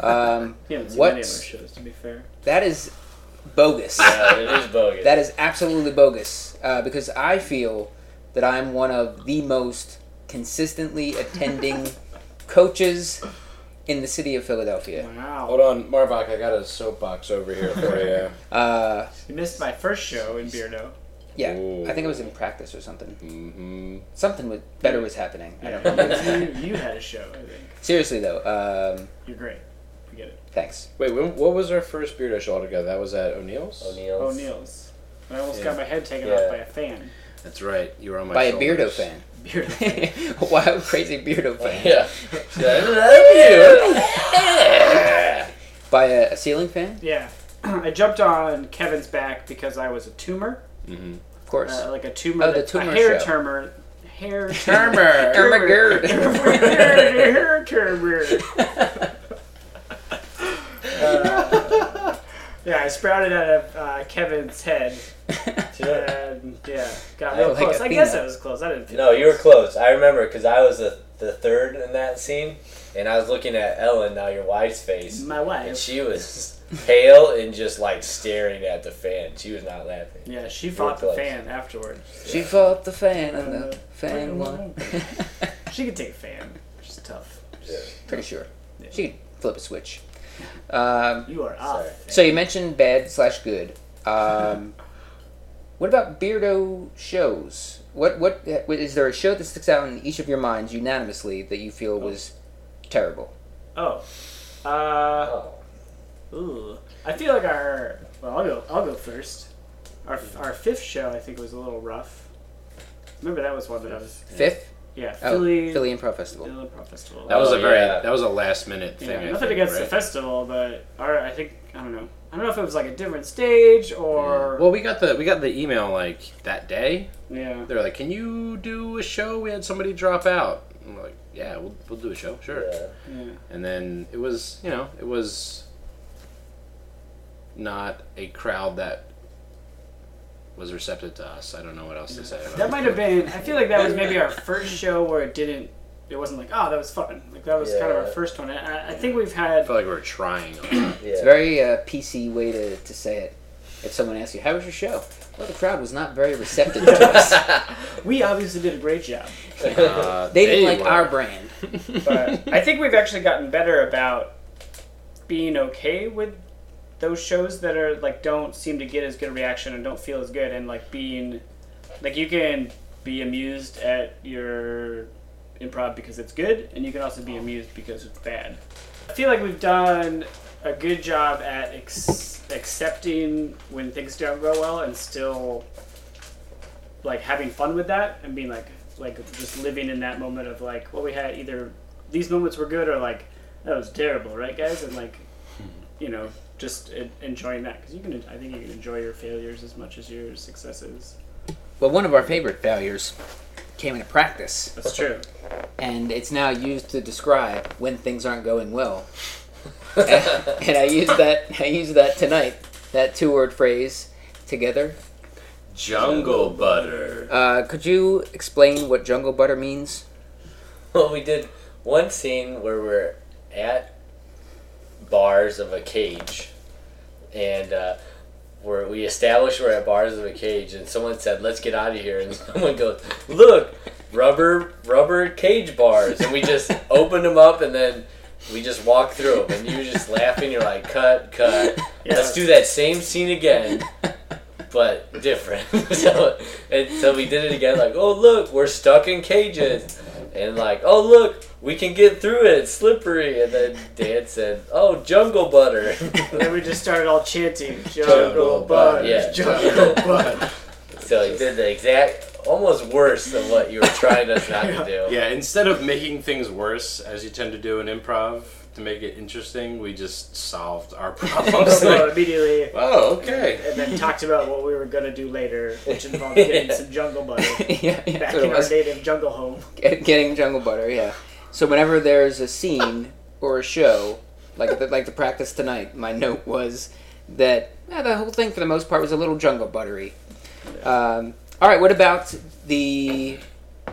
Um, yeah, it's many of our what's- shows, to be fair. that is bogus. Yeah, it is bogus. That is absolutely bogus uh, because I feel that I'm one of the most consistently attending coaches in the city of Philadelphia. Wow. Hold on, Marvok, I got a soapbox over here for you. Uh, You missed my first show in Beardo. yeah, I think I was in practice or something. Mm-hmm. Something was, better was happening. I don't remember. you, you had a show, I think. Seriously though, um, You're great. Forget it. thanks. Wait, when, what was our first beer dish altogether? That was at O'Neill's. O'Neill's. O'Neill's. Oh, I almost Yeah. got my head taken Yeah. off by a fan. That's right. You were on my By a shoulders. Beardo fan. Beardo. wow, crazy Beardo fan. Yeah. Yeah, I love you. By a, a ceiling fan, Yeah. I jumped on Kevin's back because I was a tumor, of course. uh, like a tumor, Oh, the that- tumor a hair show. tumor, hair Turmer, Ermagerd. hair tumor. Uh, yeah, I sprouted out of uh, Kevin's head, and yeah, got real Like a close. I guess peanut. I was close. I didn't. feel No, you were close. close. I remember because I was the, the third in that scene, and I was looking at Ellen, now your wife's face, My and wife. she was pale and just like staring at the fan. She was not laughing. Yeah, she fought the close. fan afterward. She fought the fan and the fan won. She could take a fan. She's tough. Yeah. Pretty sure. She could flip a switch. Um, You are off. so you mentioned bad slash good. Um, what about Beardo shows? What what is there a show that sticks out in each of your minds unanimously that you feel was terrible? Oh. Uh, Oh. ooh. I feel like our. Well, I'll go. I'll go first. Our our fifth show, I think, was a little rough. Remember that was one that I was. Fifth, Yeah, oh, Philly. Philly Improv Festival. Philly Improv Festival. That was Oh, a very yeah. that was a last minute thing. Yeah, I nothing think, against the right? festival, but our I think I don't know. I don't know if it was like a different stage or Well, we got the we got the email like that day. yeah. They were like, "Can you do a show?" We had somebody drop out. I'm like, yeah, we'll, we'll do a show, sure. Yeah. Yeah. And then it was, you know, it was not a crowd that was receptive to us. I don't know what else to say. About That it. might have been. I feel like that was maybe our first show where it didn't. It wasn't like, oh, that was fun. Like that was kind of our Yeah. first one. And I, I think we've I had. felt like we were trying. a lot. Yeah. It's a very uh, PC way to, to say it. If someone asks you, how was your show? Well, the crowd was not very receptive to us. We obviously did a great job, Uh, They didn't like were. our brand. but I think we've actually gotten better about being okay with those shows that are like don't seem to get as good a reaction and don't feel as good, and like being like you can be amused at your improv because it's good, and you can also be amused because it's bad. I feel like we've done a good job at ex- accepting when things don't go well and still like having fun with that and being like like just living in that moment of like well we had either these moments were good or like that was terrible right guys and like you know just en- enjoying that because you can I think you can enjoy your failures as much as your successes But one of our favorite failures came into practice, that's true and it's now used to describe when things aren't going well. and I used that I used that tonight, that two word phrase together. Jungle Butter. Uh, could you explain what jungle butter means? Well, we did one scene where we're at bars of a cage, and uh, where we established we're at bars of a cage, and someone said, "Let's get out of here," and someone goes, "Look, rubber rubber cage bars," and we just opened them up, and then we just walked through them, and you were just laughing. You're like, "Cut, cut." Let's do that same scene again, but different. so, and so we did it again. Like, oh look, we're stuck in cages, and like, oh look, we can get through it. It's slippery. And then Dan said, oh jungle butter. and then we just started all chanting Jungle jungle buds yeah. jungle buds so he did the exact, almost worse than what you were trying us not to do. Yeah, instead of making things worse, as you tend to do in improv, to make it interesting, we just solved our problems. so like, immediately oh, okay. and then talked about what we were gonna do later which involved getting some jungle butter yeah, yeah, back that's what it in our was. native jungle home Get- Getting jungle butter, yeah. So whenever there's a scene or a show, like the, like the practice tonight, my note was that eh, the whole thing for the most part was a little jungle buttery. Um, all right, what about the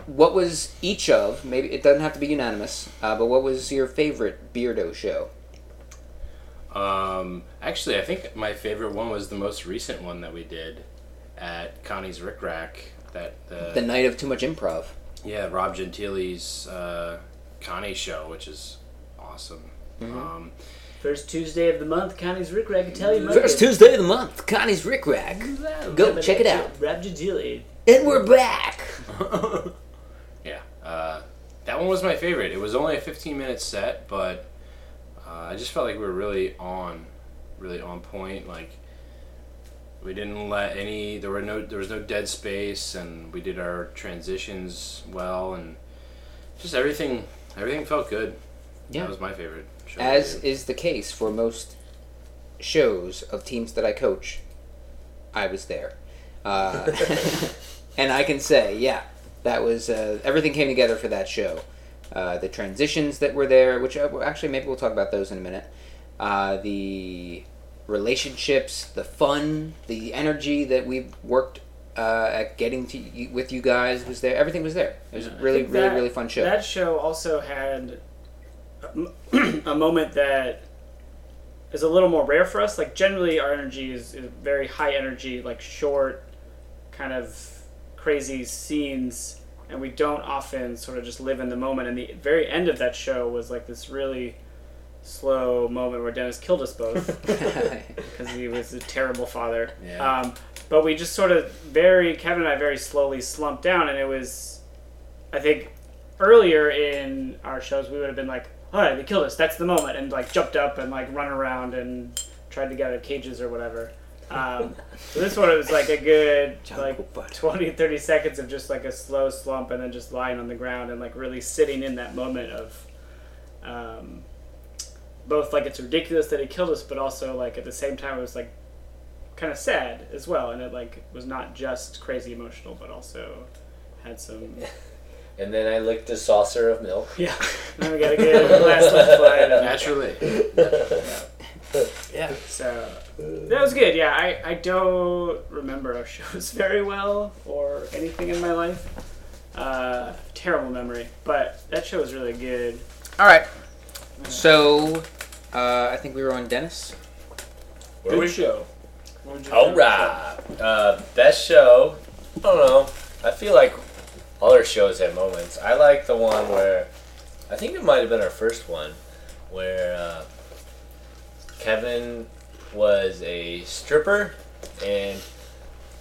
what was each of? Maybe it doesn't have to be unanimous, uh, but what was your favorite Beardo show? Um, actually, I think my favorite one was the most recent one that we did at Connie's Rick Rack. That uh, The night of too much improv. Yeah, Rob Gentile's uh, Connie show, which is awesome. Um, first Tuesday of the month Connie's Rick Rag can tell you First Tuesday of the month, Connie's Rick Rack, Go check it out. Rab Jadili. and we're back. yeah, uh, that one was my favorite. It was only a 15 minute set, but uh, I just felt like we were really on, really on point. Like we didn't let any there were no there was no dead space, and we did our transitions well, and just everything everything felt good. Yeah. that was my favorite. Show we As did. is the case for most shows of teams that I coach, I was there. Uh, and I can say, yeah, that was uh, everything came together for that show. Uh, the transitions that were there, which uh, well, actually maybe we'll talk about those in a minute. Uh, the relationships, the fun, the energy that we worked uh, at getting to you, with you guys was there. Everything was there. It was a really, think really, that- really fun show. That show also had a, a moment that is a little more rare for us. Like generally, our energy is, is very high energy, like short, kind of crazy scenes, and we don't often sort of just live in the moment. And the very end of that show was like this really slow moment where Dennis killed us both. because he was a terrible father. Yeah. Um, but we just sort of very Kevin and I very slowly slumped down, and it was, I think, earlier in our shows we would have been like, "All right, they killed us. That's the moment," and like jumped up and like run around and tried to get out of cages or whatever. Um, so this one it was like a good like Jungle butter. 20 30 seconds of just like a slow slump and then just lying on the ground and like really sitting in that moment of um, both like it's ridiculous that he killed us, but also like at the same time it was like kind of sad as well, and it like was not just crazy emotional, but also had some And then I licked a saucer of milk. Yeah. Now we gotta get the last one flight. and- Naturally. Yeah. So that was good. Yeah, I, I don't remember our shows very well or anything in my life. Uh, terrible memory, but that show was really good. All right. So, uh, I think we were on Dennis. Where we show. What would you All do? right. Uh, best show. I don't know. I feel like all our shows have moments. I like the one where I think it might have been our first one where uh, Kevin was a stripper and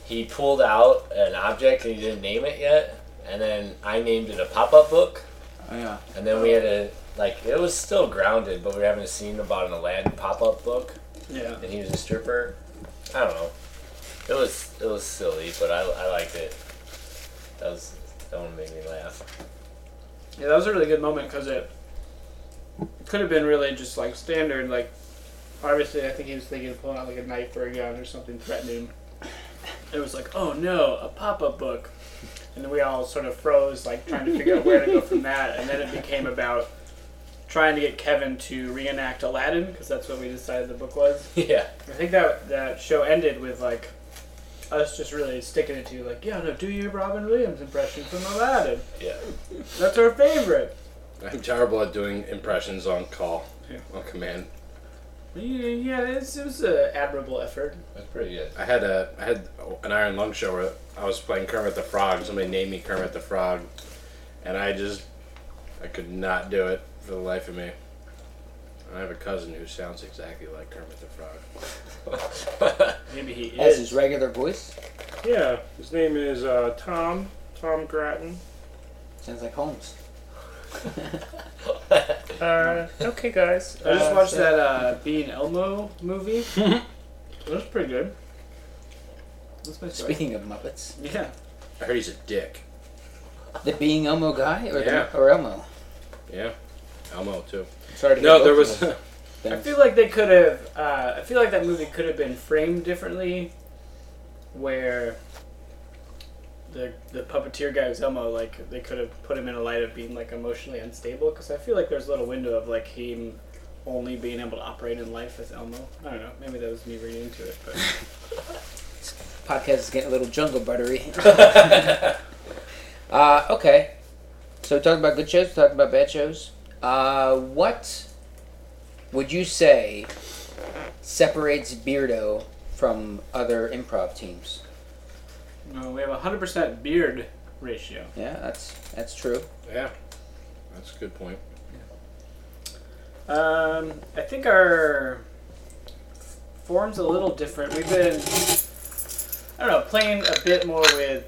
he pulled out an object and he didn't name it yet. And then I named it a pop-up book. Oh, yeah. And then we had a like it was still grounded, but we were having a scene about an Aladdin pop-up book Yeah. and he was a stripper. I don't know. It was it was silly, but I, I liked it. That was that one made me laugh. Yeah, that was a really good moment because it could have been really just like standard. Like, obviously, I think he was thinking of pulling out like a knife or a gun or something threatening. It was like, oh no, a pop up book. And then we all sort of froze, like trying to figure out where to go from that. And then it became about trying to get Kevin to reenact Aladdin because that's what we decided the book was. yeah. I think that that show ended with like us just really sticking it to you, like, yeah, no, do your Robin Williams impression from Aladdin. Yeah. That's our favorite. I'm terrible at doing impressions on call, Yeah. on command. Yeah, yeah, it's, it was an admirable effort. That's pretty good. I had a I had an Iron Lung show where I was playing Kermit the Frog. Somebody named me Kermit the Frog, and I just I could not do it for the life of me. And I have a cousin who sounds exactly like Kermit the Frog. Maybe he As his regular voice. Yeah, his name is uh, Tom. Tom Grattan. Sounds like Holmes. Uh, okay, guys. I just Uh, watched that uh, Being Elmo movie. it was pretty good. That's my story. Speaking of Muppets, Yeah. I heard he's a dick. the Being Elmo guy or Yeah. the, or Elmo. Yeah, Elmo too. Sorry to No, get there both was of a them. I feel like they could have. Uh, I feel like that movie could have been framed differently, where the the puppeteer guy was Elmo. Like they could have put him in a light of being like emotionally unstable. Because I feel like there's a little window of like him only being able to operate in life as Elmo. I don't know. Maybe that was me reading into it, but. podcast is getting a little jungle buttery. uh, okay, so we talked about good shows, we talked about bad shows. Uh, what would you say separates Beardo from other improv teams? No, we have a hundred percent beard ratio. Yeah, that's that's true. yeah. That's a good point. Um, I think our form's a little different. We've been, I don't know, playing a bit more with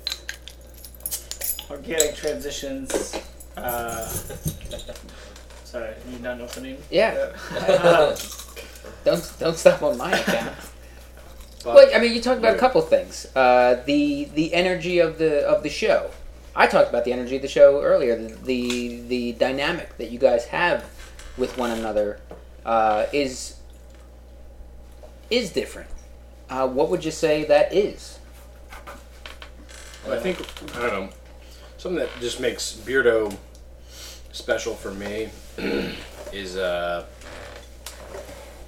organic transitions. Uh, sorry, you not opening. Yeah, Uh, don't don't stop on my account. But well, I mean, you talked about a Yeah. couple things. Uh, the the energy of the of the show. I talked about the energy of the show earlier. The the, the dynamic that you guys have with one another uh, is is different. Uh, what would you say that is? I think I don't know something that just makes Beardo special for me is uh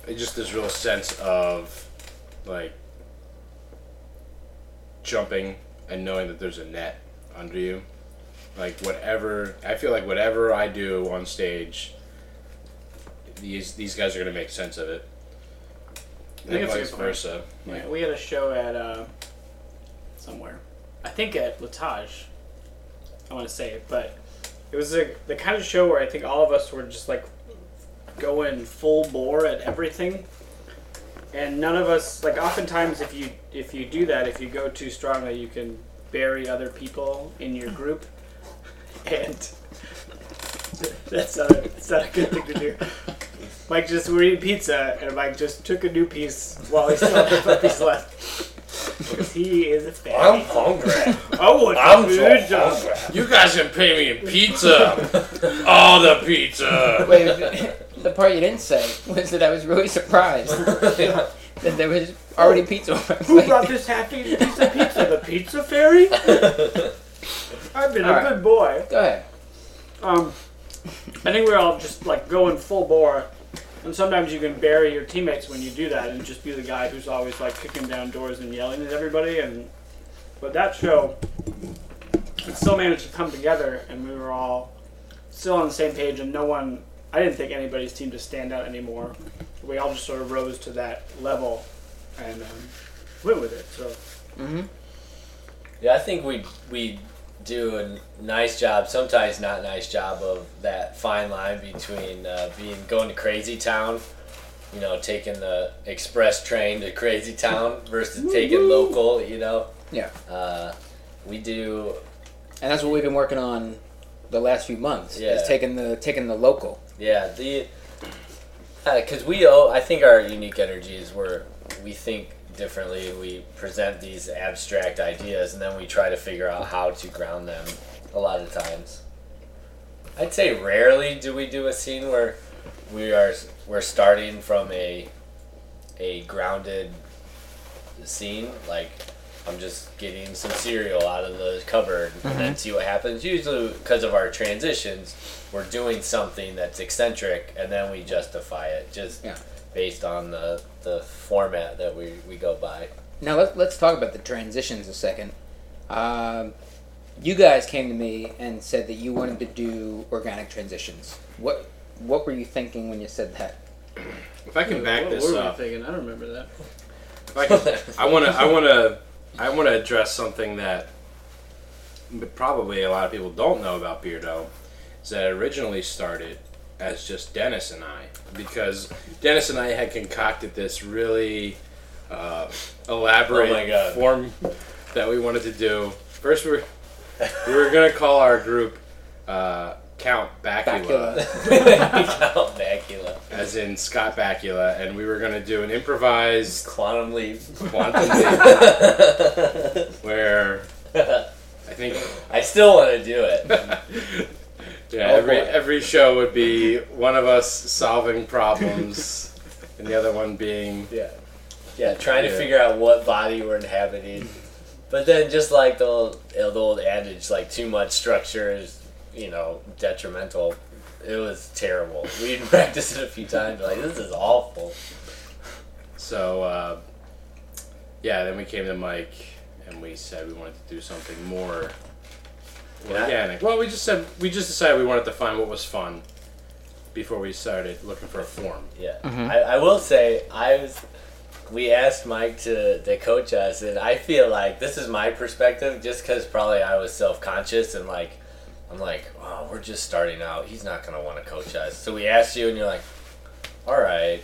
it just this real sense of like jumping and knowing that there's a net under you. Like whatever I feel like whatever I do on stage, these these guys are gonna make sense of it. I think And it's a vice good point. versa. Like, yeah, we had a show at uh, somewhere. I think at Latage. I want to say it, but it was a, the kind of show where I think all of us were just like going full bore at everything, and none of us like. Oftentimes, if you if you do that, if you go too strongly, you can bury other people in your group, and that's not a, that's not a good thing to do. Mike just we were eating pizza, and Mike just took a new piece while he still had a piece left. 'Cause he is a I'm fan. hungry. I want I'm food, so John. hungry. You guys can pay me in pizza. All the pizza. Wait, the part you didn't say was that I was really surprised that there was already pizza on my Who brought plate. this half-eaten piece of pizza? The pizza fairy? I've been a All right. good boy. Go ahead. Um, I think we're all just like going full bore. And sometimes you can bury your teammates when you do that and just be the guy who's always like kicking down doors and yelling at everybody. And but that show, it still managed to come together, and we were all still on the same page. And no one, I didn't think anybody's team to stand out anymore. We all just sort of rose to that level and um, went with it. So Yeah, I think we we do a nice job, sometimes not nice job of that fine line between uh, being going to crazy town, you know, taking the express train to crazy town versus taking local, you know. Yeah. Uh, we do And that's what we've been working on the last few months. Yeah. Is taking the taking the local. Yeah, the because we all I think our unique energy is where we think differently. We present these abstract ideas, and then we try to figure out how to ground them. A lot of times, I'd say rarely do we do a scene where we are we're starting from a a grounded scene like. I'm just getting some cereal out of the cupboard and then see what happens. Usually, because of our transitions, we're doing something that's eccentric and then we justify it just Yeah. based on the, the format that we, we go by. Now let, let's talk about the transitions a second. Um, you guys came to me and said that you wanted to do organic transitions. What what were you thinking when you said that? If I can back what this were we up, thinking? I don't remember that. if I, can, I wanna, I wanna, I wanna address something that probably a lot of people don't know about Beardo, is that it originally started as just Dennis and I, because Dennis and I had concocted this really uh, elaborate Oh my God. form that we wanted to do. First, we were, we were gonna call our group uh, Count uh, Bacula. Bacula. Count Bacula. as in Scott Bakula, and we were going to do an improvised Quantum Leap. quantum leap I where I think still want to do it. yeah, Oh, every boy. every show would be one of us solving problems, and the other one being Yeah. Yeah, trying to Yeah. figure out what body we're inhabiting. But then just like the old, the old adage, like too much structure is, you know, detrimental. It was terrible. We practiced it a few times. Like, this is awful. so. Uh, yeah, then we came to Mike and we said we wanted to do something more Yeah. organic. Well, we just said we just decided we wanted to find what was fun before we started looking for a form. Yeah, I, I will say I was. We asked Mike to, to coach us, and I feel like this is my perspective, just because probably I was self conscious and like, I'm like, oh, we're just starting out. He's not gonna want to coach us. So we asked you, and you're like, all right,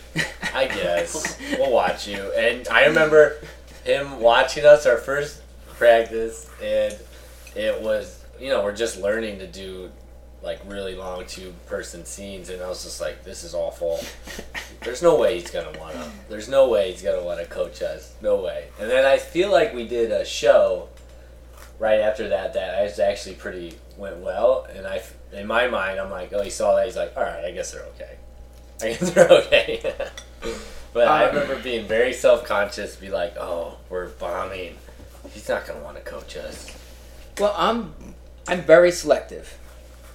I guess we'll watch you. And I remember him watching us our first practice, and it was you know we're just learning to do like really long two person scenes, and I was just like, this is awful. There's no way he's gonna wanna. There's no way he's gonna wanna coach us. No way. And then I feel like we did a show right after that that I was actually pretty went well, and I in my mind I'm like, oh, he saw that. He's like, all right, I guess they're okay. I guess they're okay. but I Um, remember being very self conscious, be like, oh, we're bombing. He's not gonna wanna coach us. Well, I'm I'm very selective.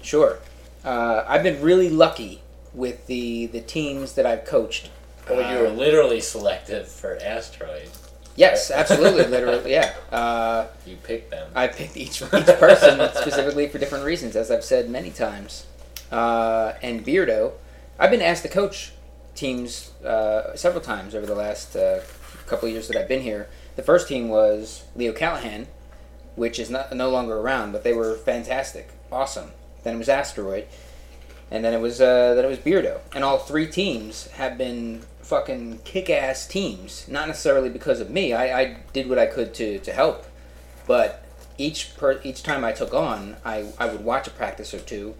Sure, uh, I've been really lucky with the the teams that I've coached. Uh, Well, Oh, you were literally selective for asteroid. Yes, absolutely, literally, yeah. Uh, You picked them. I picked each each person specifically for different reasons, as I've said many times. Uh, and Beardo, I've been asked to coach teams uh, several times over the last uh, couple of years that I've been here. The first team was Leo Callahan, which is not, no longer around, but they were fantastic, awesome. Then it was Asteroid, and then it was uh, then it was Beardo, and all three teams have been fucking kick-ass teams. Not necessarily because of me. I, I did what I could to to help, but each per, each time I took on, I, I would watch a practice or two,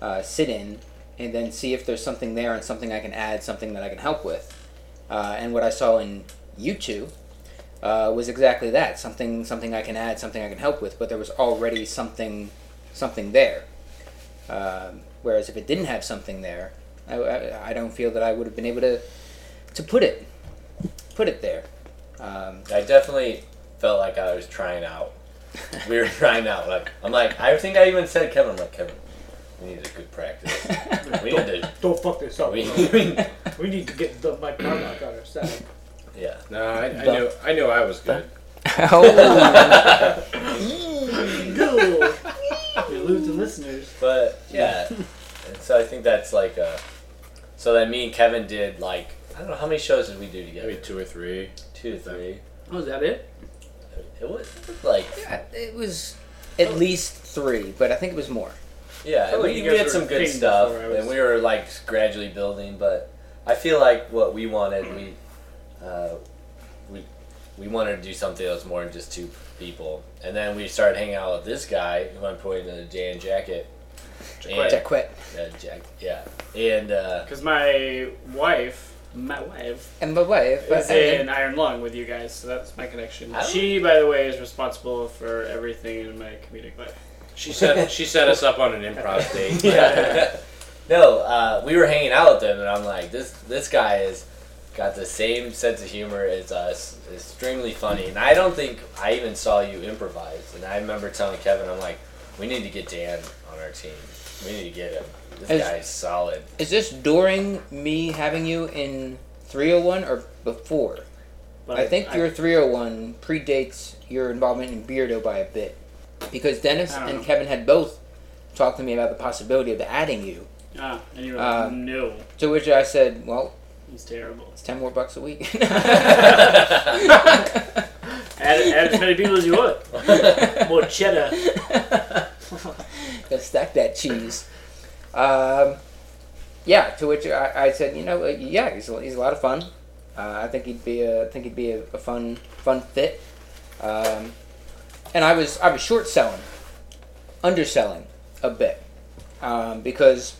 uh, sit in, and then see if there's something there and something I can add, something that I can help with. Uh, and what I saw in you two uh, was exactly that something something I can add, something I can help with. But there was already something something there. Um, whereas if it didn't have something there, I, I, I don't feel that I would have been able to to put it put it there. Um, I definitely felt like I was trying out we were trying out. Like I'm like I think I even said Kevin. I'm like Kevin, we need a good practice. We need to. Don't fuck this up. We, We need to get the Mike Bardock on our side. yeah. No, I, I knew I knew I was good. Oh, Go. We lose the listeners. But yeah, and so I think that's like a. So that me and Kevin did like I don't know how many shows did we do together? Maybe two or three. two to three. Oh, is that it? It was, it was like It was at least three, but I think it was more. yeah, felt like we, you we guys had were some good pinged stuff, before I was- and we were like gradually building. But I feel like what we wanted, we uh, we we wanted to do something that was more than just two people. And then we started hanging out with this guy who I'm putting in a Dan jacket. To quit. And, uh, Jack, yeah, and uh, Because my wife, my wife, And by the way, if, is I mean, in Iron Lung with you guys, so that's my connection. I don't- She, by the way, is responsible for everything in my comedic life. She set she set us up on an improv date. yeah. no, uh, we were hanging out with them, and I'm like, this this guy is got the same sense of humor as us. Extremely funny, and I don't think I even saw you improvise. And I remember telling Kevin, I'm like, we need to get Dan on our team. We need to get him. This As- guy's solid. is this during me having you in 301 or before? But I think your 301 predates your involvement in Beardo by a bit. Because Dennis I don't and know. Kevin had both talked to me about the possibility of adding you. Ah, and you were Uh, like, no, To which I said, well, he's terrible. it's 10 more bucks a week. Add, add as many people as you want. More cheddar. Gotta stack that cheese. Um, yeah, to which I, I said, you know, uh, yeah, he's, a- he's a lot of fun. Uh, I think he'd be a, I think he'd be a, a fun fun fit. Um, and I was I was short selling, underselling a bit um, because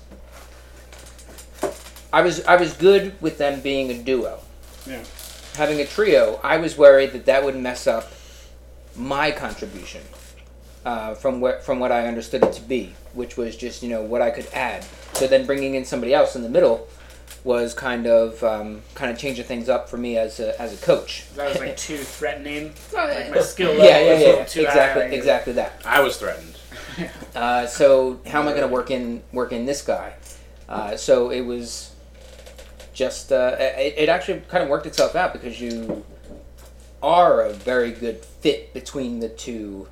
I was I was good with them being a duo. Yeah. Having a trio, I was worried that that would mess up my contribution uh, from what from what I understood it to be, which was just you know what I could add. So then bringing in somebody else in the middle was kind of um, kind of changing things up for me as a, as a coach. That was like too threatening. Like my yeah, skill level yeah, was a yeah, little too exactly, high. exactly that. I was threatened. Uh, so how am I going to work in work in this guy? Uh, so it was just uh, it, it actually kind of worked itself out because you are a very good fit between the two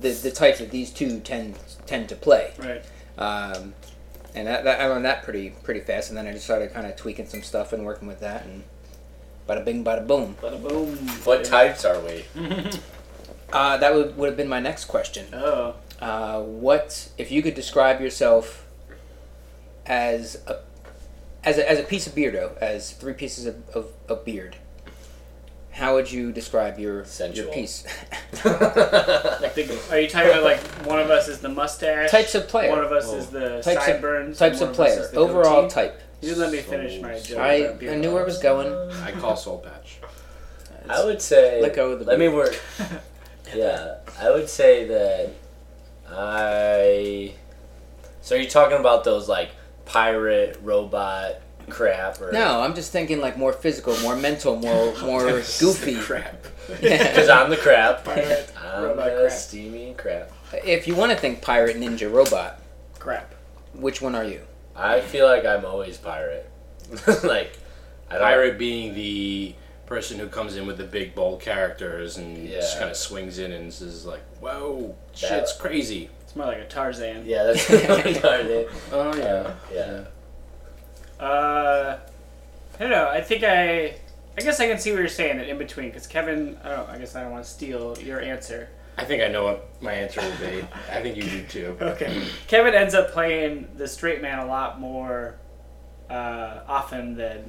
the, the types that these two tend tend to play Right. um, and that, that I learned that pretty pretty fast and then I just started kind of tweaking some stuff and working with that and bada bing bada boom Bada boom. What types are we? uh, that would, would have been my next question Oh. Uh, what if you could describe yourself as a as a, as a piece of beardo, as three pieces of, of, of beard? How would you describe your Sensual. your piece? Like the, are you talking about like one of us is the mustache? types of player, One of us is the Types of- sideburns. types one of us player, is the overall goatee. type. You let me finish my joke. I, about I beer knew where it was going. I call Soul Patch. I would say. Let go of the Let me work. yeah, I would say that I. So you're talking about those like pirate robot crap or No, I'm just thinking like more physical, more mental, more more goofy. Crap. Because I'm the crap. Pirate I'm robot the crap. steaming crap. if you want to think pirate, ninja, robot, Crap. which one are you? I feel like I'm always pirate. like, I don't. Pirate being the person who comes in with the big bold characters and just Yeah. kind of swings in and says like, "Whoa, shit's crazy." It's more like a Tarzan. Yeah, that's retarded. Oh yeah. Yeah. Uh, I don't know. I think I. I guess I can see what you're saying that in between because Kevin. I don't. I guess I don't want to steal your answer. I think I know what my answer will be. I think you do too. Okay. Kevin ends up playing the straight man a lot more uh, often than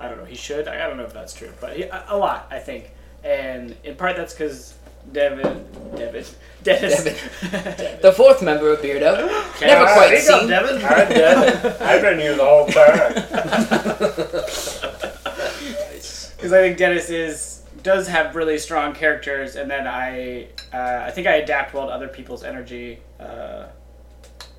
I don't know. He should. I I don't know if that's true, but he, a a lot, I think. And in part, that's because Devin, Devin, Dennis, Devin. The fourth member of Beardo. Never Ah, quite speak up, seen. Devin. I'm dead. I've been here the whole time. Because I think Dennis is does have really strong characters, and then I uh, I think I adapt well to other people's energy. Uh,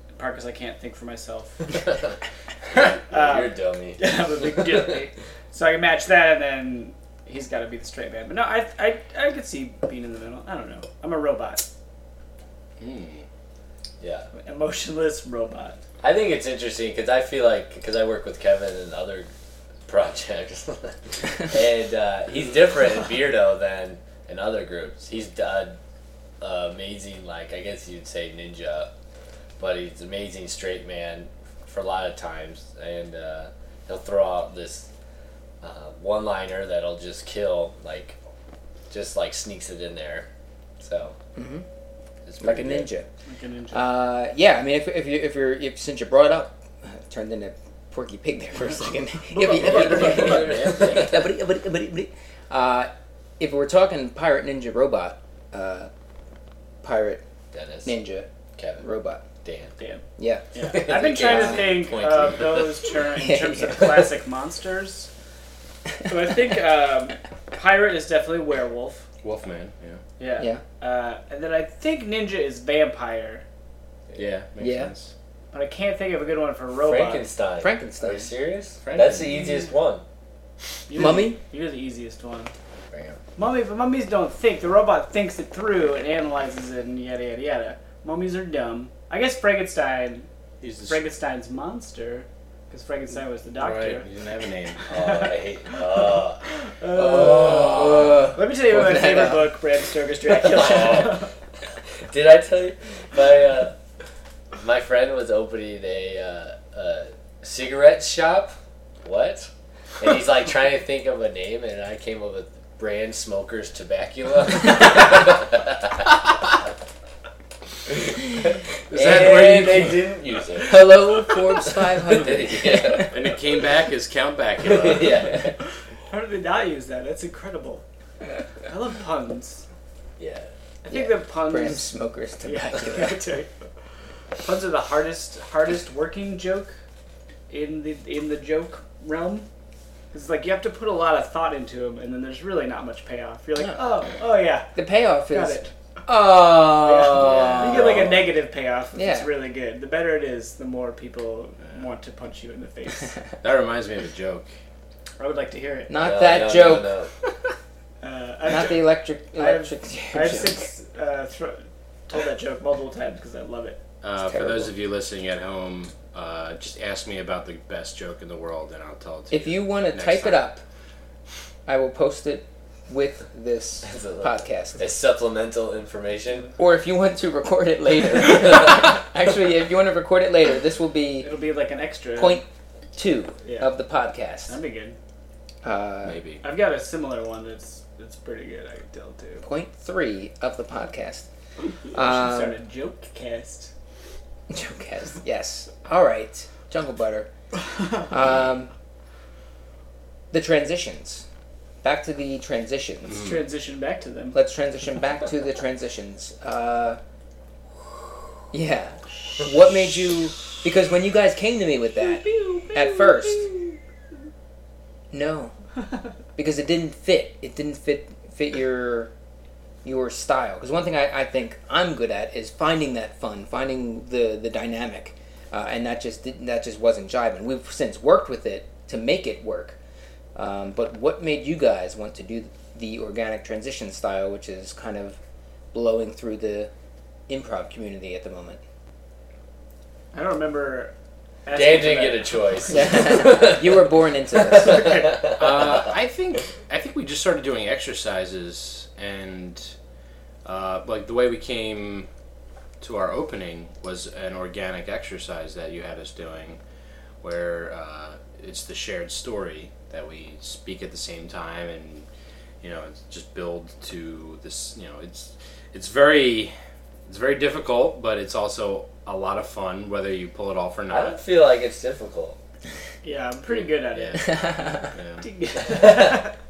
in part because I can't think for myself. You're a dummy. Uh, I'm a big dummy. So I can match that, and then he's got to be the straight man. But no, I, I, I could see being in the middle. I don't know. I'm a robot, Yeah. emotionless robot. I think it's interesting because I feel like because I work with Kevin and other projects, and uh, he's different in Beardo than in other groups. He's done amazing, like I guess you'd say ninja, but he's an amazing straight man for a lot of times, and uh, he'll throw out this uh, one-liner that'll just kill, like just like sneaks it in there. So it's like a pretty good. ninja. Like a ninja. Uh, yeah, I mean, if, if you if you're if since you brought it up, it turned into Porky Pig there for a second. If you- if you- uh, if we're talking pirate ninja robot, uh, pirate Dennis, ninja Kevin, robot, Dan. Damn. yeah, Yeah. I've been trying to think Pointy. of those ter- in terms of classic monsters. So I think um, pirate is definitely werewolf. Wolfman. Yeah. Yeah. yeah, Uh, and then I think ninja is vampire, Yeah. Makes Yeah. sense. but I can't think of a good one for robot. Frankenstein. Are Frankenstein, you serious? Frankenstein. That's the easiest one. You're Mummy? The, you're the easiest one. Mummy, but mummies don't think. The robot thinks it through and analyzes it and yada yada yada. Mummies are dumb. I guess Frankenstein. He's the Frankenstein's monster, because Frankenstein was the Right. doctor. He didn't have a name. Oh, I hate. Oh, Uh, Let me tell you Well, my that, Oh. favorite uh, book, Bram Stoker's Dracula. did I tell you? My uh, my friend was opening a uh, uh, cigarette shop. What? And he's like trying to think of a name, and I came up with Brand Smokers Tobacula. Is that where you they came- didn't use it? hello Forbes five hundred. Did he? Yeah. And it came back as Count Bacula. yeah. How did they not use that? That's incredible. I love puns. Yeah. I think Yeah, the puns. Bram smokers yeah, tobacco. I tell you. puns are the hardest, hardest working joke in the in the joke realm. It's like you have to put a lot of thought into them, and then there's really not much payoff. You're like, oh, oh yeah, The payoff got is it. oh, You get like a negative payoff. If It's Yeah. really good. The better it is, the more people want to punch you in the face. that reminds me of a joke. I would like to hear it. not No, that no, no, joke, no. Uh, I've, not the electric I've- electric. joke. I've since uh, thro- told that joke multiple times because I love it. Uh, for terrible. those of you listening at home, uh, just ask me about the best joke in the world, and I'll tell it to If you want to Next type time. it up, I will post it with this That's a lot. podcast. It's supplemental information. Or if you want to record it later. Actually, if you want to record it later, this will be It'll be like an extra point two Yeah. of the podcast. That'd be good. Uh, Maybe. I've got a similar one that's that's pretty good. I can tell too. point three of the podcast. Should start Um, a joke cast. Jokecast. Yes. All right. Jungle Butter. Um, the transitions. Back to the transitions. Let's transition back to them. let's transition back to the transitions. Uh, yeah. What made you? Because when you guys came to me with that at first, no, because it didn't fit. It didn't fit fit your your style. Because one thing I, I think I'm good at is finding that fun, finding the the dynamic, uh, and that just didn't, that just wasn't jiving. We've since worked with it to make it work. Um, but what made you guys want to do the organic transition style, which is kind of blowing through the improv community at the moment? I don't remember. asking Dan for didn't that. get a choice. you were born into this. Uh, I think I think we just started doing exercises, and uh, like the way we came to our opening was an organic exercise that you had us doing, where uh, it's the shared story that we speak at the same time, and you know, it's just build to this. You know, it's it's very it's very difficult, but it's also a lot of fun whether you pull it off or I don't not. feel like it's difficult. Yeah, I'm pretty good at Yeah, yeah. it.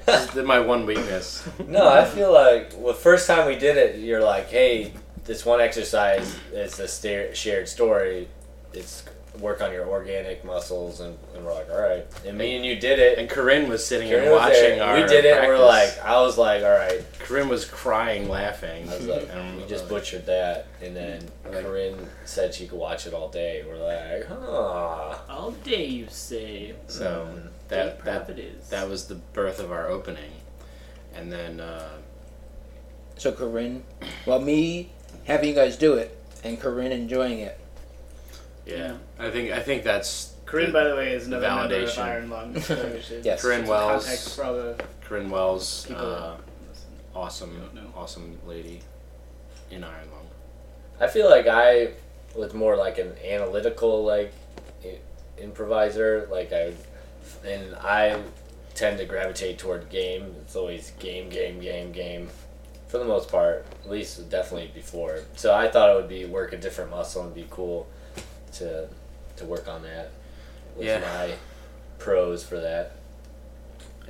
This is my one weakness. No, I feel like the first time we did it, you're like, "Hey, this one exercise is a sta- shared story. It's work on your organic muscles," and, and we're like, "All right." And me and you did it. And Corinne was sitting Karen here was there. watching our. we did it. and We're like, practice. I was like, "All right." Corinne was crying, laughing. I was like, And "We just butchered that." And then Like- Corinne said she could watch it all day. We're like, "Huh." All day you say. So Mm. that that it is. that was the birth of our opening. and then uh, So Corinne, well, me having you guys do it and Corinne enjoying it. yeah, I think I think that's Corinne, by the way, is another member of Validation. Iron Lung. so we should- Yes. Corinne some Wells. Context for all the Corinne Wells, people. uh, that listen. awesome, don't know. awesome lady in Iron Lung. I feel like I was more like an analytical like i- improviser. Like I and I tend to gravitate toward game. It's always game, game, game, game. For the most part, at least definitely before. So I thought it would be work a different muscle and be cool to to work on that. With Yeah. my pros for that.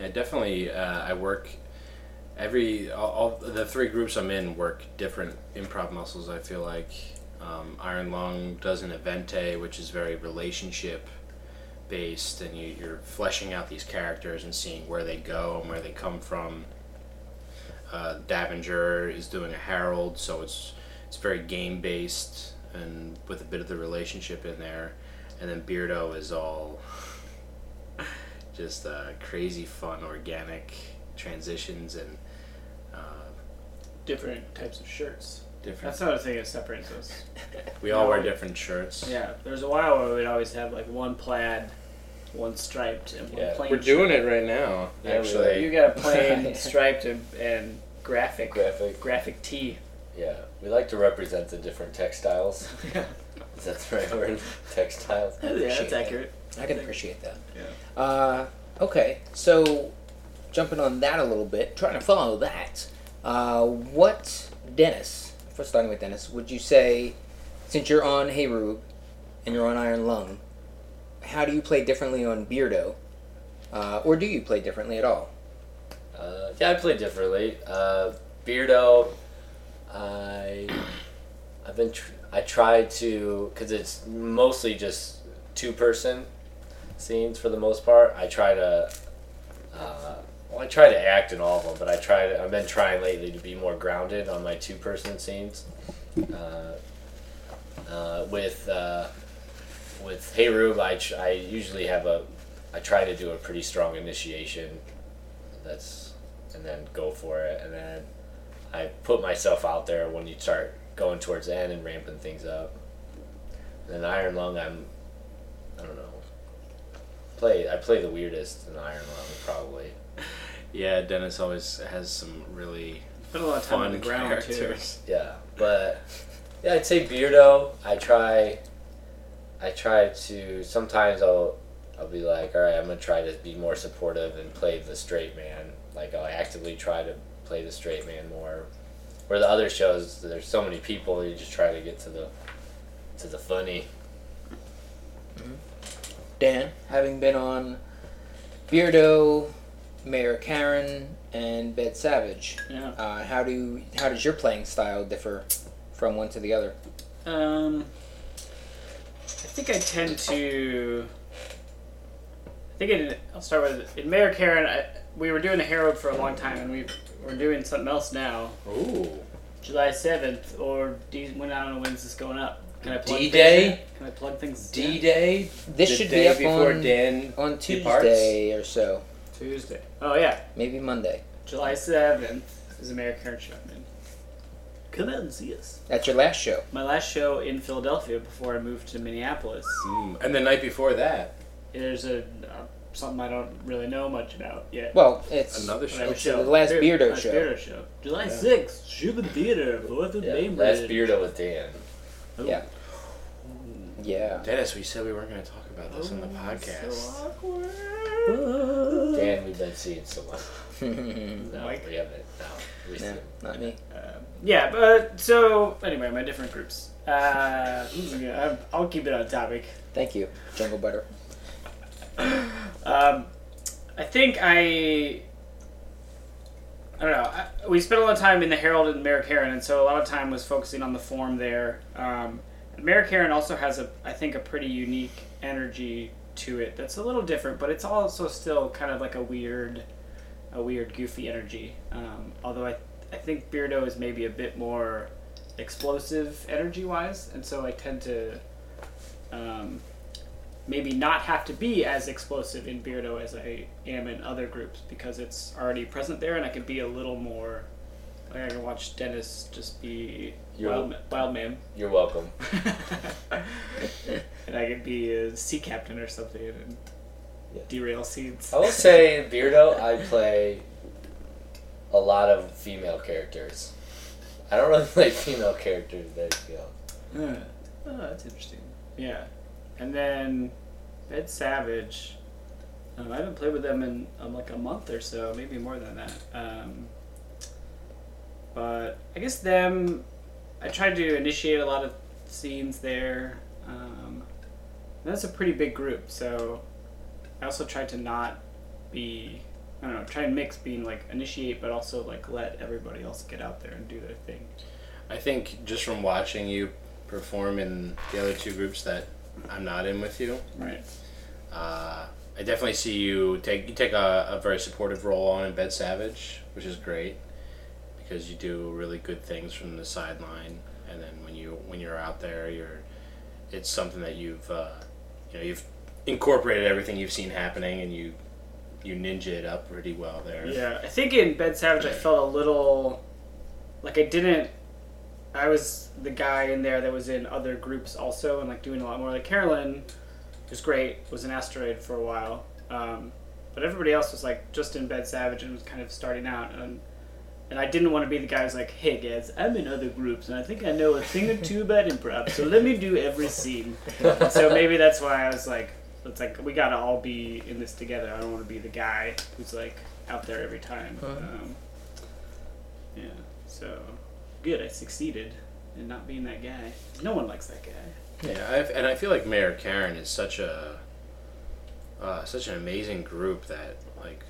Yeah, definitely. Uh, I work every all, all the three groups I'm in work different improv muscles. I feel like um, Iron Lung does an evente, which is very relationship based, and you, you're fleshing out these characters and seeing where they go and where they come from. Uh, Davenger is doing a Herald, so it's it's very game based and with a bit of the relationship in there, and then Beardo is all just uh, crazy fun organic transitions and uh, different types of shirts. different That's another thing that separates us. we all wear different shirts Yeah, there was a while where we'd always have like one plaid, one striped, and one Yeah, plain. it right now Yeah, we shirt. You actually got a plain striped and, and graphic Graphic. graphic tee. Yeah. We like to represent the different textiles. yeah, Is that the right word? textiles. that's accurate. I can appreciate that. Yeah. Uh, okay, so jumping on that a little bit, trying to follow that. Uh, what Dennis? First, starting with Dennis, would you say, since you're on Hey Rube, and you're on Iron Lung, how do you play differently on Beardo, uh, or do you play differently at all? Uh, yeah, I play differently. Uh, Beardo, I, I've been, tr- I try to, cause it's mostly just two person scenes for the most part. I try to, uh, well, I try to act in all of them, but I try to, I've been trying lately to be more grounded on my two person scenes. Uh, uh, with, uh, with Hey Rube, I, tr- I usually have a, I try to do a pretty strong initiation that's and then go for it and then i put myself out there when you start going towards the end and ramping things up and then iron lung i'm i don't know play i play the weirdest in iron lung probably yeah dennis always has some really Spent a lot of time on the fun ground characters yeah but yeah i'd say beardo i try i try to sometimes i'll i'll be like all right i'm gonna try to be more supportive and play the straight man like i'll actively try to play the straight man more where the other shows there's so many people you just try to get to the to the funny Dan, having been on Beardo, Mayor Karen, and Bed Savage, too. Yeah. uh, how do how does your playing style differ from one to the other? Um, I think I tend to. I think in, I'll start with in Mayor Karen. I, we were doing a Herald for a long time, and we we're doing something else now. ooh July seventh, or D, when I don't know when's this going up. Can I plug D-Day? Things in? Can I plug things? in? D Day. This the should day be up before on Dan on departs? Tuesday or so, Tuesday. Oh yeah, maybe Monday. July seventh is Mayor Karen Chapman. Come out and see us. That's your last show. My last show in Philadelphia before I moved to Minneapolis. Mm. and the night before that There's a uh, something I don't really know much about yet. Well, it's another Whatever show It's the last Beardo last show. Beardo show. July 6th, Cuban Theater, 4th and yeah, Main last Bridge. beardo with dan Oh, yeah, yeah. dennis we said we weren't going to talk about this on the podcast So awkward. Oh. dan we've been seeing so much no Mike? we haven't no we No, still- not me. Uh, yeah, but so anyway, my different groups. Uh, this is good. I'm- I'll keep it on topic. Thank you, Jungle Butter. Um, I think I. I don't know. I, we spent a lot of time in the Herald and Merrick Heron, and so a lot of time was focusing on the form there. Um, Merrick Heron also has a, I think, a pretty unique energy to it that's a little different, but it's also still kind of like a weird, a weird, goofy energy. Um, although I, I think Beardo is maybe a bit more explosive energy-wise, and so I tend to. Um, maybe not have to be as explosive in Beardo as I am in other groups because it's already present there and I can be a little more. Like I can watch Dennis just be You're- wild, wild man, You're welcome. and I can be a sea captain or something and Yeah. derail scenes. I will say, in Beardo, I play a lot of female characters. I don't really play female characters that you know. Uh, oh, that's interesting. Yeah. And then Ed Savage. Um, I haven't played with them in um, like a month or so, maybe more than that. Um, but I guess them. I tried to initiate a lot of scenes there. Um, and that's a pretty big group, so I also tried to not be. I don't know. Try and mix being like initiate, but also like let everybody else get out there and do their thing. I think just from watching you perform in the other two groups that I'm not in with you, Right. uh, I definitely see you take you take a, a very supportive role on in Bed Savage, which is great because you do really good things from the sideline, and then when you when you're out there, you're it's something that you've uh, you know you've incorporated everything you've seen happening, and you you ninja it up pretty well there. Yeah, I think in Bed Savage I felt a little like I didn't. I was the guy in there that was in other groups also and like doing a lot more. Like Carolyn was great, was an asteroid for a while, um, but everybody else was like just in Bed Savage and was kind of starting out and. And I didn't want to be the guy who's like, "Hey guys, I'm in other groups, and I think I know a thing or two about improv, so let me do every scene." so maybe that's why I was like, it's like we gotta all be in this together. I don't want to be the guy who's like out there every time. Um, yeah. So good, I succeeded in not being that guy. No one likes that guy. Yeah, i and I feel like Mayor Karen is such a uh, such an amazing group that like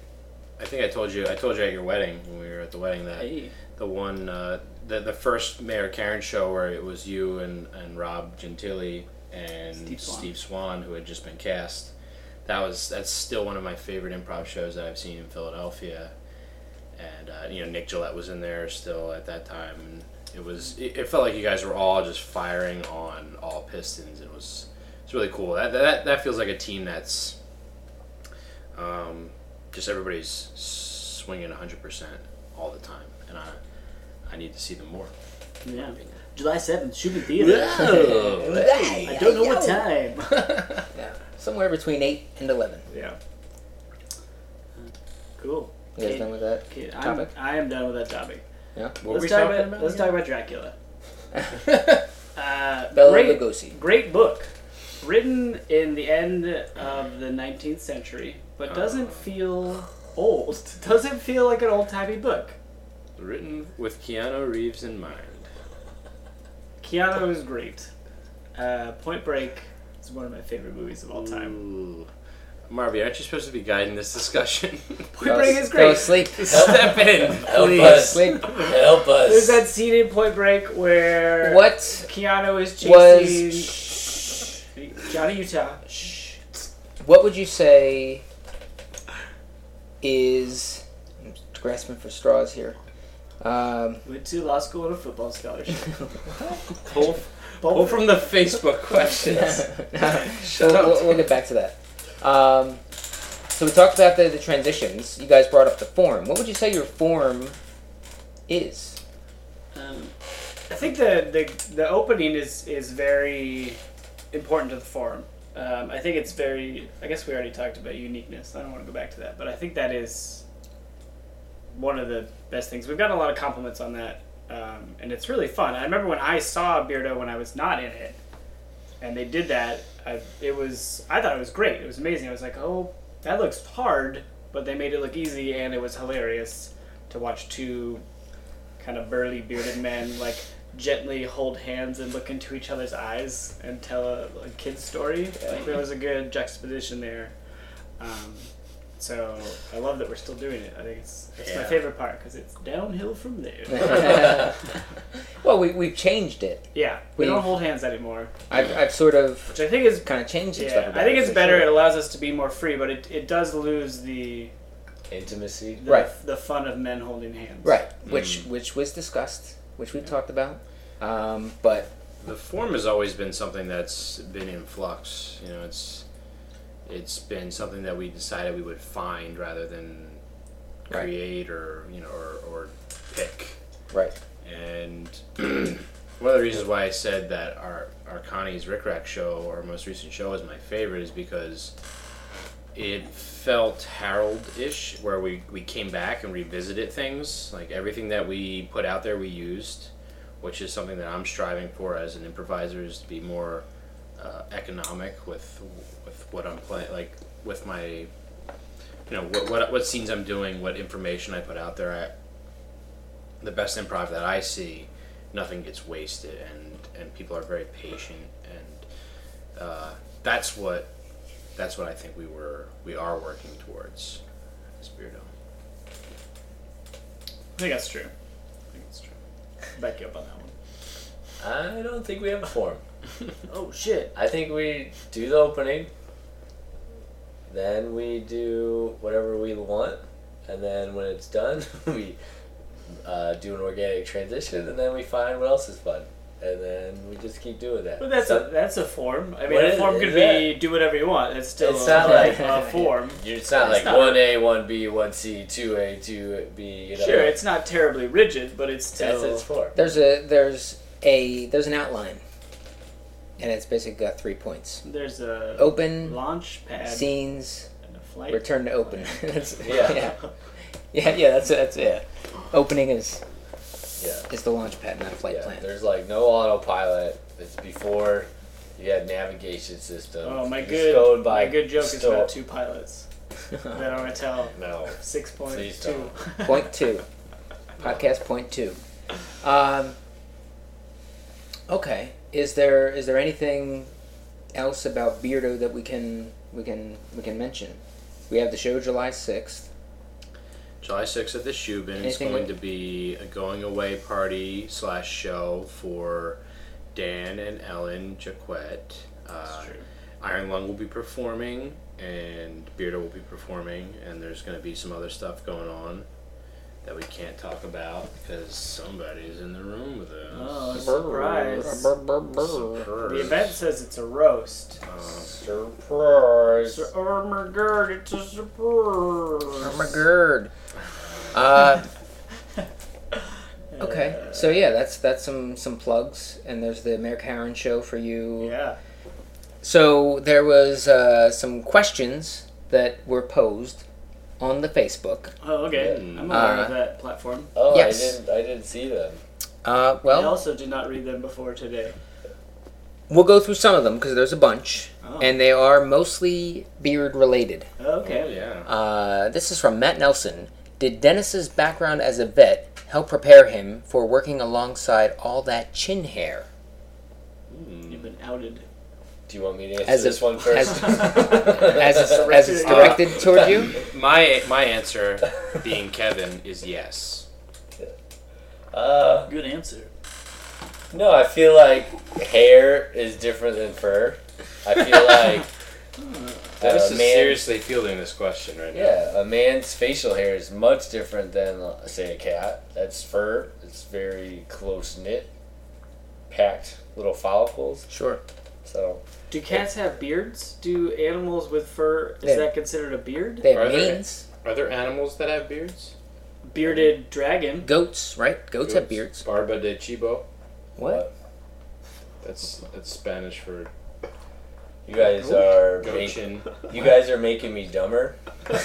I think I told you I told you at your wedding when we were at the wedding that Hey. the one uh, the the first Mayor Karen show where it was you and and Rob Gentili and Steve Steve Swan. Swan, who had just been cast. That was that's still one of my favorite improv shows that I've seen in Philadelphia, and uh, you know Nick Gillette was in there still at that time, and it was it, it felt like you guys were all just firing on all pistons. It was it's really cool. That that that feels like a team that's um, just everybody's swinging hundred percent all the time, and I I need to see them more. Yeah. July seventh, Shubin I don't know what time. Somewhere between eight and eleven. yeah. Cool. You guys Kate- done with that? Kate, I'm, topic? I am done with that topic. Yeah. What were let's we talk talking about, about let's again? talk about Dracula. Uh, Bela great, Lugosi. Great book, written in the end of the 19th century, but Oh. doesn't feel old. Doesn't feel like an old timey book. Written with Keanu Reeves in mind. Keanu is great. Uh, Point Break is one of my favorite movies of all time. Ooh. Marvy, aren't you supposed to be guiding this discussion? Point Break is Go great. to sleep. Step in, Help please. us. Sleep. Help us. There's that scene in Point Break where What Keanu is chasing was? Johnny Utah. What would you say is? I'm grasping for straws here. Um, Went to law school on a football scholarship. Pull, pull from the Facebook questions. So up, we'll, we'll get back to that. Um, so we talked about the, the transitions. You guys brought up the form. What would you say your form is? Um, I think the, the the opening is is very important to the forum. Um, I think it's very. I guess we already talked about uniqueness. I don't want to go back to that, but I think that is one of the best things. We've gotten a lot of compliments on that, um, and it's really fun. I remember when I saw Beardo when I was not in it, and they did that. I, it was. I thought it was great. It was amazing. I was like, oh, that looks hard, but they made it look easy, and it was hilarious to watch two kind of burly bearded men like gently hold hands and look into each other's eyes and tell a, a kid's story. Like there was a good juxtaposition there. Um, so I love that we're still doing it. I think it's, it's my Yeah. favorite part because it's downhill from there. well, we, we've changed it. yeah, we We've- don't hold hands anymore, I've, I've sort of which I think is kind of changed some stuff. yeah. About I think it, it's for better. It sure. allows us to be more free, but it, it does lose the, Intimacy. the Right. the fun of men holding hands. Right, which Mm. which was discussed, which we talked about, um, but the form has always been something that's been in flux. You know, it's it's been something that we decided we would find rather than Right. create or you know or, or pick. Right. And one of the reasons why I said that our our Connie's Rick Rack show, our most recent show, is my favorite, is because it felt Harold-ish, where we we came back and revisited things, like everything that we put out there, we used, which is something that I'm striving for as an improviser, is to be more uh, economic with with what I'm playing, like with my, you know, what, what what scenes I'm doing, what information I put out there. I, the best improv that I see, nothing gets wasted, and and people are very patient, and uh, that's what that's what I think we were we are working towards. as Beardo. I think that's true. I think that's true. Back you up on that one. I don't think we have a form. Oh shit. I think we do the opening, then we do whatever we want, and then when it's done, we uh, do an organic transition, and then we find what else is fun, and then we just keep doing that. But that's So- a that's a form. I mean, What a is- form could is be do whatever you want. It's still It's a, not like- a form. you- it's not It's like not- one A, one B, one C, two A, two B. You know, Sure, it's not terribly rigid, but it's that's still its form. There's a there's a there's an outline, and it's basically got three points: there's a open launch pad scenes, and a flight. Oh, return to open. that's, Yeah. yeah, yeah, yeah. That's that's yeah. Opening is Yeah. is the launch pad, not flight Yeah, plan. there's like no autopilot. It's before you had navigation system. Oh my Just good, going by my good joke is about still- two pilots that I'm gonna tell. No, Six point Please two. don't. point two, podcast point two. Um, okay, is there is there anything else about Beardo that we can we can we can mention? We have the show July sixth. July sixth at the Shubin. It's Anything going we- to be a going away party slash show for Dan and Ellen Jaquette. Uh, That's true. Iron Lung will be performing, and Beardo will be performing, and there's going to be some other stuff going on that we can't talk about because somebody's in the room with Oh, us. surprise. The event says it's a roast. Um, surprise. Sir- Oh my god, it's a surprise. McGurd. Uh, okay, so yeah, that's that's some some plugs, and there's the Mayor Karen show for you. Yeah. So there was uh, some questions that were posed on the Facebook. Oh, okay. Mm. I'm aware Uh, of that platform. Oh, Yes. I didn't. I didn't see them. Uh, I well, also did not read them before today. we'll go through some of them because there's a bunch, Oh. and they are mostly beard related. oh, Okay. yeah. Uh, this is from Matt Nelson. Did Dennis's background as a vet help prepare him for working alongside all that chin hair? You've been outed. Do you want me to answer As this if- one first? as it's, as it's directed toward you. My my answer, being Kevin, is yes. uh, Good answer. no, I feel like hair is different than fur. I feel like Hmm. Dennis a is man's seriously fielding this question right now. Yeah, a man's facial hair is much different than, uh, say, a cat. That's fur. It's very close knit, packed little follicles. Sure. So Do cats have beards? Do animals with fur is Yeah. that considered a beard? They have Are there- manes. Are there animals that have beards? Bearded dragon. Goats, right? Goats have beards. Barba de chibo. What? That's that's Spanish for you guys are goat making chin. you guys are making me dumber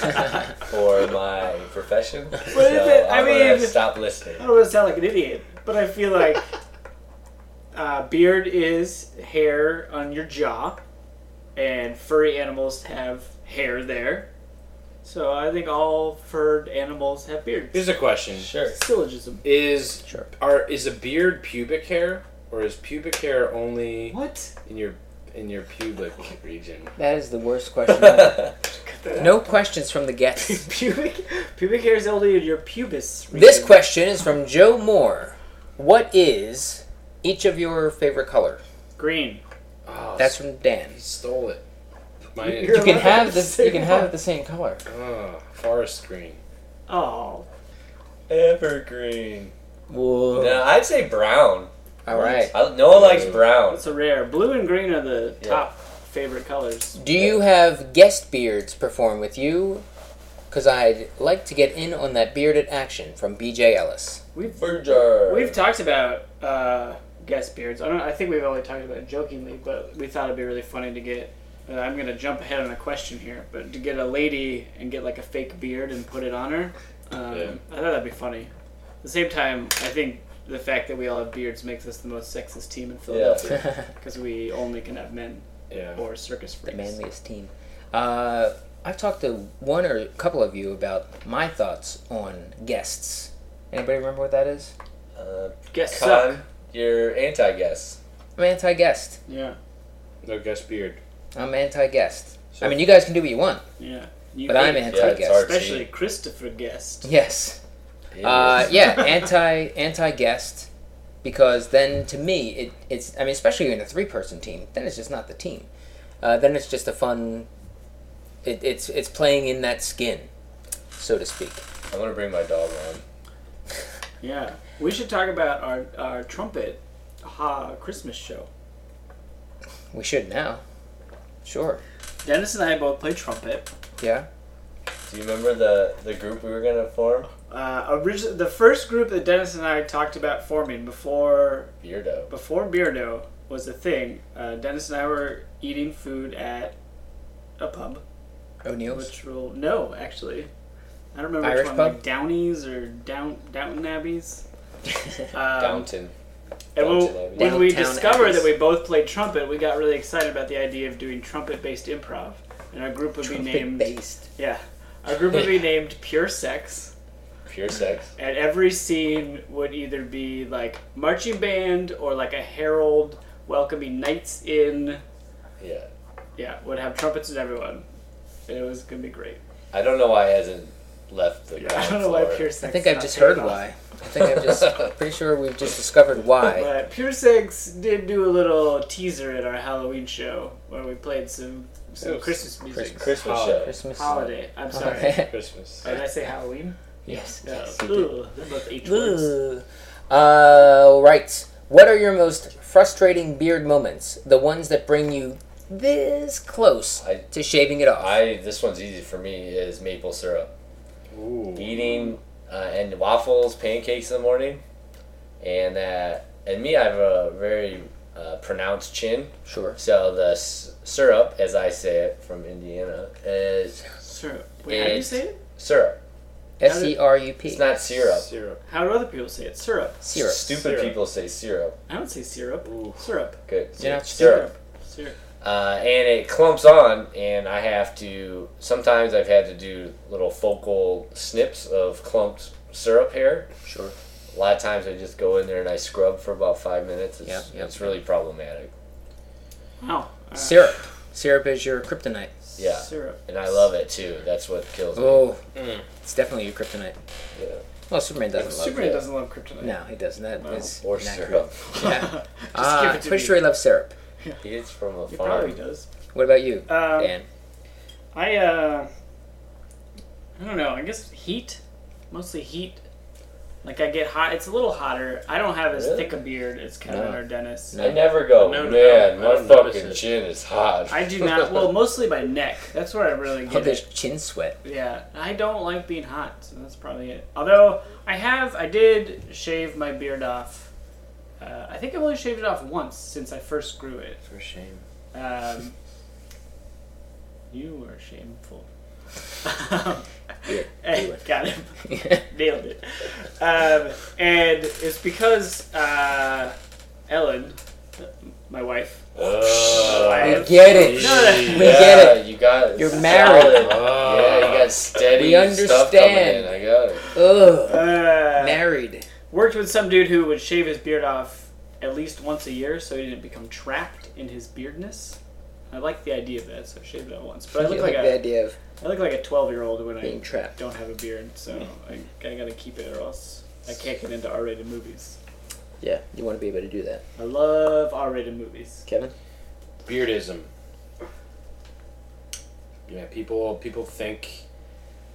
for my profession. But so if it- I I'm gonna mean- stop I listening. don't want to sound like an idiot, but I feel like uh, beard is hair on your jaw, and furry animals have hair there. So I think all furred animals have beards. Here's a question: Sure. Syllogism. Is Sure. are is a beard pubic hair, or is pubic hair only What? in your in your pubic region? That is the worst question. ever. no questions from the guests. pubic pubic hair is only in your pubis. Region. This question is from Joe Moore. What is each of your favorite color? green. Oh, That's from Dan. he stole it. Mine is You You're- can allowed to have this. say You can have what? it the same color. oh, forest green. Oh, Evergreen. Whoa. No, I'd say brown. All right. I, Noah likes brown. that's a rare. Blue and green are the Yeah. top favorite colors. Do you have guest beards perform with you? Because I'd like to get in on that bearded action from BJ Ellis. We've Berger. We've talked about uh, guest beards. I don't. I think we've only talked about it jokingly, but we thought it'd be really funny to get. Uh, I'm gonna jump ahead on a question here, but to get a lady and get like a fake beard and put it on her, um, Yeah. I thought that'd be funny. At the same time, I think the fact that we all have beards makes us the most sexist team in Philadelphia because we only can have men Yeah. or circus the freaks. manliest team. Uh, I've talked to one or a couple of you about my thoughts on guests. Anybody remember what that is? Uh, Guests suck. Con, you're anti-guess. I'm anti-guest. Yeah, No guest beard. I'm anti-guest. So- I mean, you guys can do what you want, yeah. You but I'm hate- Yeah, anti-guest. it's our especially team. Christopher Guest. Yes. Uh, yeah, anti anti guest, because then to me it, it's I mean especially in a three person team then it's just not the team, uh, then it's just a fun, it, it's it's playing in that skin, so to speak. I'm gonna bring my dog on. Yeah, we should talk about our our trumpet ha Christmas show. We should now, sure. Dennis and I both play trumpet. Yeah. Do you remember the the group we were gonna form? Uh, origi- the first group that Dennis and I talked about forming before Beardo. before Beardo was a thing. Uh, Dennis and I were eating food at a pub, O'Neill's. which will no actually. I don't remember Irish which one, pub? like Downey's or Down Downton Abbey's. Um, Downton. And when, Downton Abbey. when we Downtown discovered Abbeys. that we both played trumpet, we got really excited about the idea of doing trumpet-based improv, and our group would be named based. yeah, our group would be named Pure Sex, Pure sex. and every scene would either be like marching band or like a herald welcoming knights in. Yeah. Yeah, would have trumpets and everyone. And it was gonna be great. I don't know why it hasn't left the ground I don't know why floor. Pure Sex. I think is I've not just taking heard off. why. I think I've just pretty sure we've just discovered why. But Pure Six did do a little teaser at our Halloween show where we played some some Yes. Oh, Christmas music. Christmas show. Christmas. Holiday. Oh. I'm sorry. Christmas. Did I say Halloween? yes. Yeah. yes, you did. Ooh, they're both H words. Ugh. Uh, right. What are your most frustrating beard moments? The ones that bring you this close I- to shaving it off. I this one's easy for me is maple syrup. Ooh. Eating uh, and waffles, pancakes in the morning, and that and me I have a very uh, pronounced chin, sure. so the s- syrup, as I say it from Indiana, is Sure. Wait, how do you It's- say it? syrup. S e r u p. It's not syrup. Syrup. How do other people say it? Syrup. syrup. Stupid Syrup. people say syrup. I don't say syrup. Ooh. Syrup. Good. You're not syrup. Syrup. Uh, and it clumps on, and I have to. Sometimes I've had to do little focal snips of clumped syrup hair. Sure. A lot of times I just go in there and I scrub for about five minutes. It's, Yep, yep, it's really problematic. Wow. Uh, Syrup. Syrup is your kryptonite. Yeah. Syrup. And I love it too. That's what kills me. Oh, Mm. it's definitely your kryptonite. Yeah. Well, Superman doesn't love Superman it. doesn't love kryptonite. it. No, he doesn't. That No. is Or inaccurate. syrup. Yeah. Just Ah, give it to pretty me. sure he loves syrup. He is from a He farm. probably does. What about you, Um, Dan? I uh, I don't know. I guess heat, mostly heat. Like I get hot. It's a little hotter. I don't have as Really? thick a beard as Kevin No. or Dennis. I never go, No, no, man, no, I my don't notice fucking it." chin is hot. I do not. Well, mostly my neck. That's where I really Oh, get there's it. chin sweat. Yeah, I don't like being hot, so that's probably it. Although I have, I did shave my beard off. Uh, I think I've only shaved it off once since I first grew it. For shame. Um, you are shameful. Yeah, Hey, you are. got him. Nailed it. Um, and it's because uh, Ellen, my wife, we Uh, I- get it. No, no. We get it. You got it. You're married. Solid. Yeah, you got steady We stuff coming understand. in. I got it. Ugh. uh, Married. worked with some dude who would shave his beard off at least once a year so he didn't become trapped in his beardness. I like the idea of that, so I shaved it off once. But I look You like, the a, idea of I look like a twelve year old when I being trapped. don't have a beard, so I, I gotta keep it or else I can't get into R rated movies. Yeah, you want to be able to do that. I love R rated movies. Kevin? Beardism. Yeah, people people think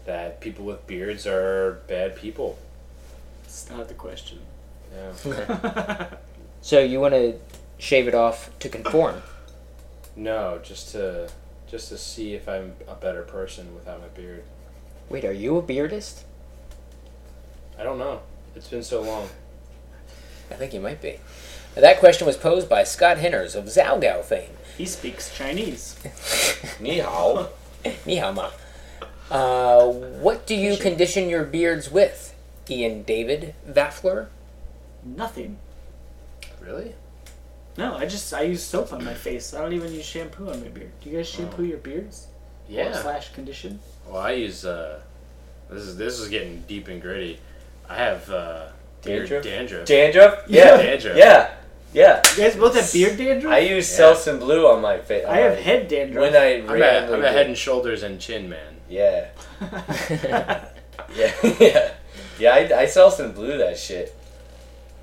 that people with beards are bad people. It's not the question. Yeah. So you want to shave it off to conform. No, just to just to see if I'm a better person without my beard. Wait, are you a beardist? I don't know. It's been so long. I think you might be. That question was posed by Scott Hinners of Zaogao fame. He speaks Chinese. Ni hao. Ni hao ma. Uh, what do you condition your beards with? Ian David Vaffler? Nothing. Really? No, I just I use soap on my face. I don't even use shampoo on my beard. Do you guys shampoo your beards? Or Yeah. slash condition. Well, I use uh, this is this is getting deep and gritty. I have uh, beard Dandruff? dandruff. Dandruff? Yeah. Yeah. Dandruff. Yeah. Yeah. You guys both have beard dandruff. I use Yeah. Selsun Blue on my face. I have head dandruff. When I I'm a, randomly I'm a do- head and shoulders and chin man. Yeah. yeah. Yeah. Yeah, I, I Selsun Blue that shit.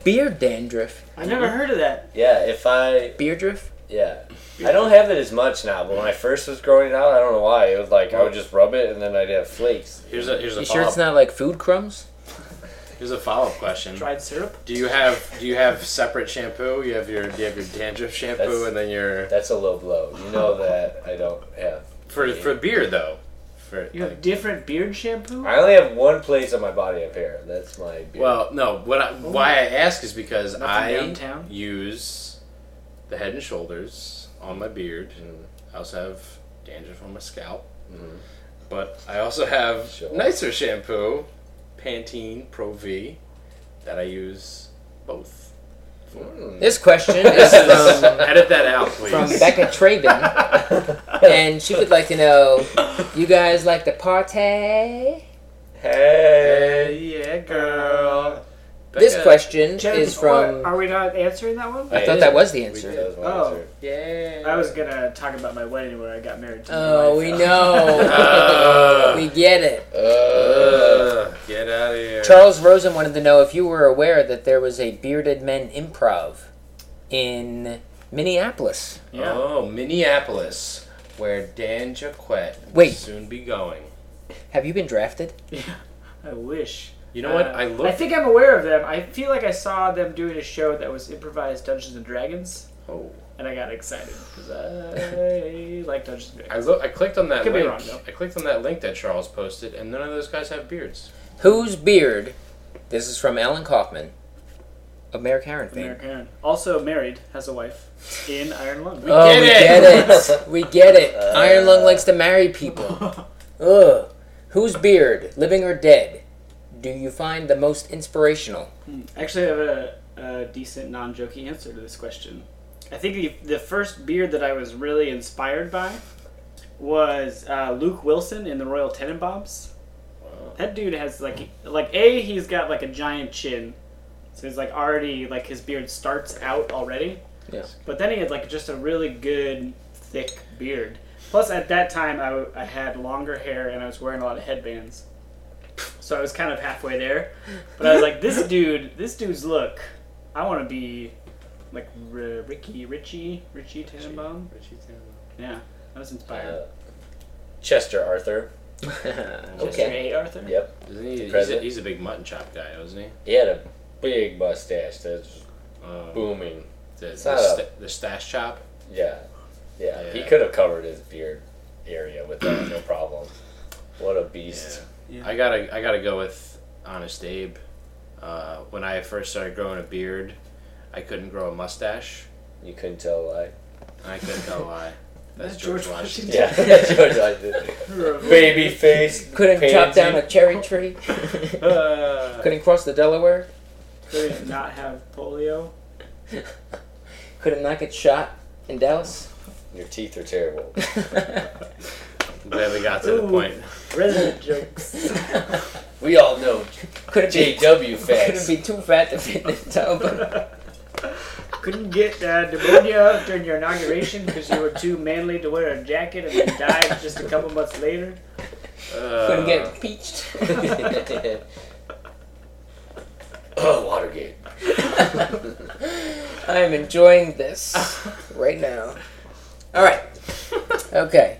Beard dandruff. I never heard of that. Yeah, if I. Beardruff? Yeah. I don't have it as much now, but when I first was growing it out, I don't know why. It was like I would just rub it and then I'd have flakes. Here's a here's a You sure follow it's not like food crumbs? here's a follow up question. Dried syrup. Do you have do you have separate shampoo? You have your do you have your dandruff shampoo That's- and then your That's a low blow. You know that I don't have. for for beard though. For You have like- different beard shampoo. I only have one place on my body of hair. That's my beard. well, no. What I, Oh. why I ask is because Nothing I downtown? use the head and shoulders on my beard. I also have dandruff on my scalp, but I also have Sure. nicer shampoo, Pantene Pro V, that I use both. For. Hmm. This question is from, Edit that out, please. from Becca Traben, and she would like to know you guys like to party? hey. Hey, yeah, girl. This Becca. question Jen, is from. what- Are we not answering that one? I thought that was the answer. Oh. Oh. Yeah. I was gonna talk about my wedding where I got married. To my Oh, wife. we know. Uh, we get it. Uh, Ugh, get out of here. Charles Rosen wanted to know if you were aware that there was a bearded men improv in Minneapolis. Yeah. Oh, Minneapolis, where Dan Jaquette will Wait. soon be going. Have you been drafted? I wish. You know what? Uh, I looked. I think I'm aware of them. I feel like I saw them doing a show that was improvised Dungeons and Dragons, oh, and I got excited because I like Dungeons and I Dragons. look. I clicked on that Could be link. wrong, though. I clicked on that link that Charles posted, and none of those guys have beards. Whose beard? This is from Alan Kaufman of Mayor Karen fame. Mayor Karen, also married, has a wife in Iron Lung. Oh, Get we it! get it. We get it. Iron Lung likes to marry people. Ugh. Whose beard, living or dead, do you find the most inspirational? Actually, I have a, a decent non jokey answer to this question. I think the, the first beard that I was really inspired by was uh, Luke Wilson in the Royal Tenenbaums. That dude has like like a he's got like a giant chin, so he's like already like his beard starts out already. Yeah. But then he had like just a really good thick beard. Plus, at that time, I, w- I had longer hair and I was wearing a lot of headbands, so I was kind of halfway there. But I was like, this dude, this dude's look, I want to be like R- Ricky Richie Richie Tannenbaum. Richie Tannenbaum. Yeah, I was Uh, inspired. Chester Arthur. Mr. okay. A. Arthur. Yep. Isn't he? He's a, President? he's a big mutton chop guy, isn't he? He had a big mustache that's Uh, booming. the, the, not a- st- the stash chop. Yeah. Yeah. He Yeah. could have covered his beard area with that, no problem. What a beast. Yeah. I gotta I gotta go with Honest Abe. Uh, when I first started growing a beard, I couldn't grow a mustache. You couldn't tell a lie. I couldn't tell a lie. That's That's George, George Washington. Yeah. George Washington. Baby face. Couldn't chop down a pansy. cherry tree. Uh, Couldn't cross the Delaware. Could not have polio. Couldn't not get shot in Dallas. Your teeth are terrible. I'm glad we got to the Ooh. point. Resident jokes. We all know Couldn't be, JW couldn't facts. be too fat to fit in the tub. Couldn't get uh, pneumonia during your inauguration because you were too manly to wear a jacket and then died just a couple months later. Uh, Couldn't get peached. oh, Watergate. I am enjoying this right now. All right. Okay.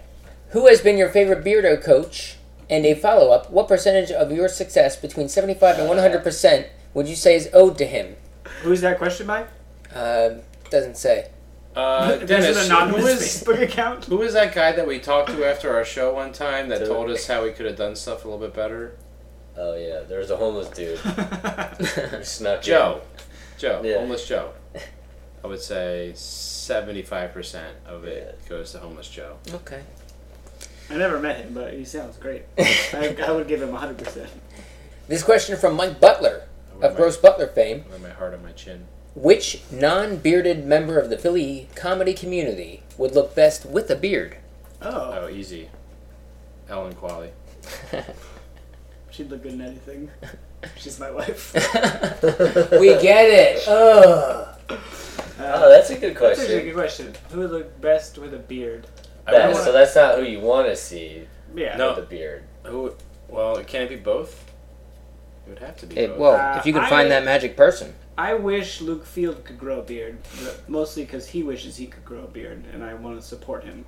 Who has been your favorite beardo coach? And a follow up: What percentage of your success, between seventy-five and one hundred percent, would you say is owed to him? Who's that question by? Um doesn't say. Uh, There's Dennis, an anonymous who is Facebook account. who is that guy that we talked to after our show one time that Dude. told us how we could have done stuff a little bit better? Oh yeah, there was a homeless dude who snuck Joe, Joe, Yeah. homeless Joe. I would say seventy-five percent of it goes to homeless Joe. Okay. I never met him, but he sounds great. I, I would give him 100%. This question from Mike Butler I of wear Gross Butler fame. my, I wear my heart on my chin. Which non bearded member of the Philly comedy community would look best with a beard? Oh, Oh, easy. Ellen Qualley. she'd look good in anything. She's my wife. we get it. Ugh. Oh, that's a good That's actually Uh, a good question. question. Who would look best with a beard? I That- would- so that's not who you want to see Yeah. No. with the beard. Who? Well, it can't be both. It would have to be. Hey, both. well, Uh, if you can I- find that magic person, I wish Luke Field could grow a beard, but mostly because he wishes he could grow a beard, and I want to support him.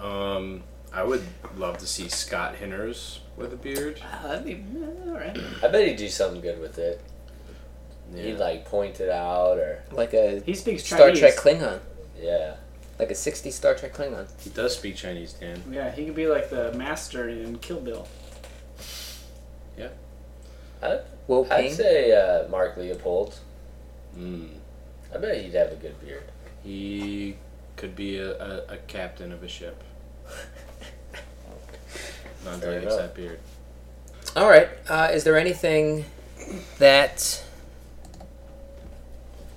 Um, I would love to see Scott Hinners with a beard. Oh, that'd be all right. I bet he'd do something good with it. He'd like point it out or like a He speaks Star Chinese. Trek Klingon, yeah. like a 60s Star Trek Klingon. He does speak Chinese, Dan. Yeah, he could be like the master in Kill Bill. I'd, Will I'd Payne? say uh, Mark Leopold. Mm. I bet he'd have a good beard. He could be a, a, a captain of a ship. Not Fair that enough. that beard. All right. Uh, is there anything that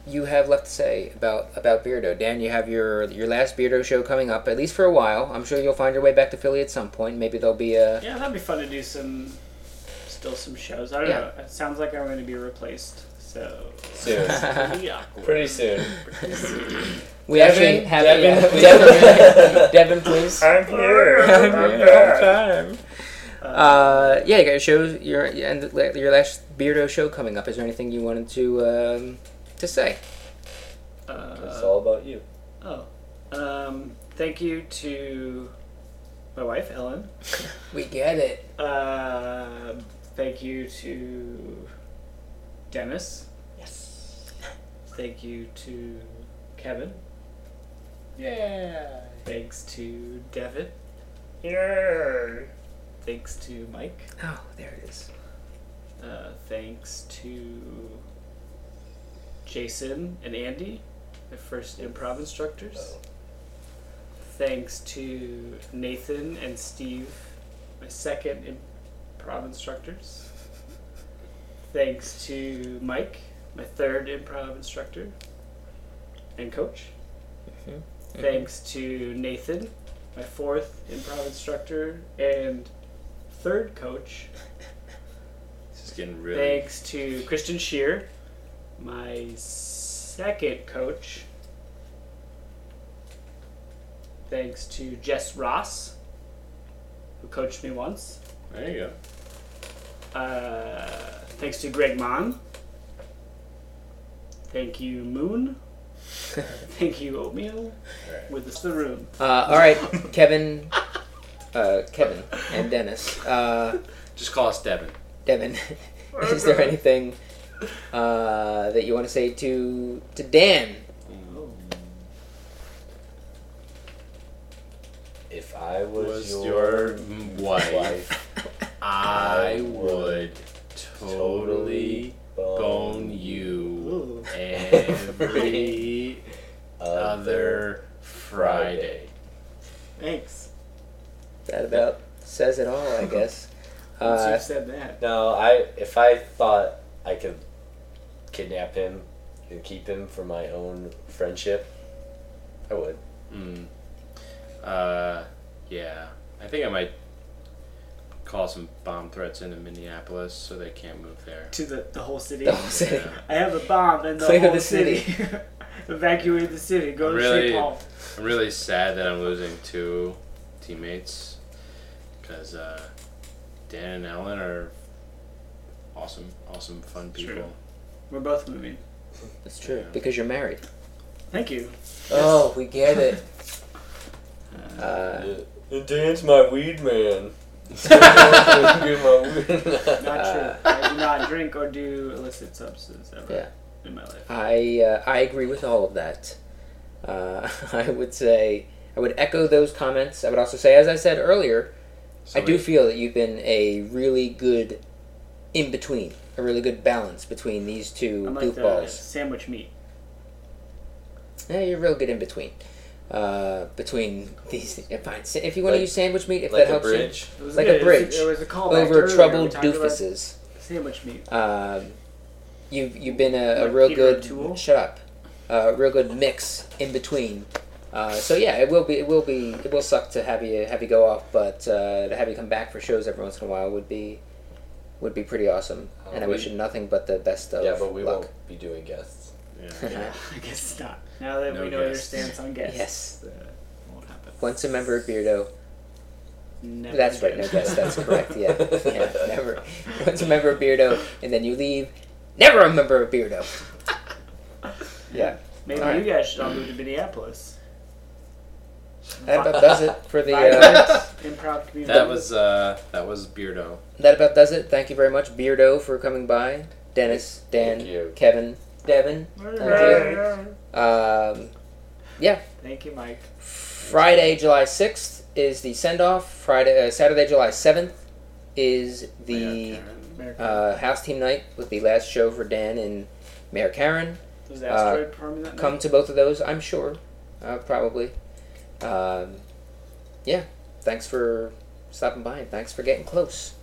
you have left to say about about Beardo? Dan, you have your your last Beardo show coming up, at least for a while. I'm sure you'll find your way back to Philly at some point. Maybe there'll be a Yeah, that'd be fun to do some, still some shows. I don't Yeah. know. It sounds like I'm going to be replaced, so Soon. pretty Uh, awkward. Pretty soon. we actually have Devin, a Devin. Devin, please. I'm here. I'm back. Uh, yeah, you got your shows, your and your last Beardo show coming up. Is there anything you wanted to um, to say? it's Uh, all about you. oh, um, thank you to my wife Ellen. We get it. Uh, thank you to Dennis. Yes. Thank you to Kevin. Yeah. Thanks to Devin. Yay. Thanks to Mike. Oh, there it is. Uh, thanks to Jason and Andy, my first improv instructors. Thanks to Nathan and Steve, my second improv instructors. Thanks to Mike, my third improv instructor and coach. Thanks to Nathan, my fourth improv instructor and third coach. This is getting really. Thanks to Christian Shear, my second coach. Thanks to Jess Ross, who coached me once. There you go. Uh, thanks to Greg Mon. Thank you, Moon. Thank you, Oatmeal. With us the room. Uh, all right, Kevin, uh, Kevin, and Dennis, uh, Just call us Devin. Devin. is there anything uh, that you want to say to to Dan? If I was, Was your your m- wife? wife, I would totally bone you Ooh. every other Friday. Thanks. That about says it all, I guess. Once Uh, you've said that. No, I if I thought I could kidnap him and keep him for my own friendship, I would. Mm. Uh, yeah. I think I might call some bomb threats into Minneapolis so they can't move there. To the, the whole city. the whole city. Yeah. I have a bomb and the Clear whole the city. Evacuate the city. Go to Really? St. Paul. I'm really sad that I'm losing two teammates because uh, Dan and Ellen are awesome, awesome, fun people. True. We're both moving. That's true because you're married. Thank you. Oh, we get it. Uh, And Dan's my weed man. Not true. I do not drink or do illicit substances ever Yeah. in my life. I uh, I agree with all of that. Uh, I would say I would echo those comments. I would also say, as I said earlier, I do feel that you've been a really good in between, a really good balance between these 2 I'm like the goofballs. sandwich meat. Yeah, you're real good in between. Uh, between these, if, I, if you want Like- to use sandwich meat, if Like that a helps you, bridge. It was Like good. a bridge It was, it was a callback over earlier. troubled We talked about doofuses. Sandwich meat. Um, you've you've been a, a Like real Peter good O'Toole? shut up, a real good mix in between. Uh, so yeah, it will be it will be it will suck to have you have you go off, but uh, to have you come back for shows every once in a while would be would be pretty awesome. Uh, and I we- wish you nothing but the best of Yeah, but we luck. won't be doing guests. Yeah, I guess not. Now that No we know your guess. stance on guests, Yes. uh, won't happen. Once a member of Beardo, Never That's right, no again. guess, that's correct, yeah. yeah never. Once a member of Beardo, and then you leave, never a member of Beardo. Yeah, Maybe Alright. you guys should all move to Minneapolis. that about does it for the. Uh, Violence, improv community. That was uh, that was Beardo. that about does it. Thank you very much, Beardo, for coming by. Dennis, Dan, Thank you. Kevin, Devin. Thank you. Um, Thank you, Mike. Friday, July sixth is the send off. Friday, uh, Saturday, July seventh is the America. uh, house team night with the last show for Dan and Mayor Karen. was the asteroid performing that come night? to both of those, I'm sure, uh, probably. Um, yeah, thanks for stopping by and thanks for getting close.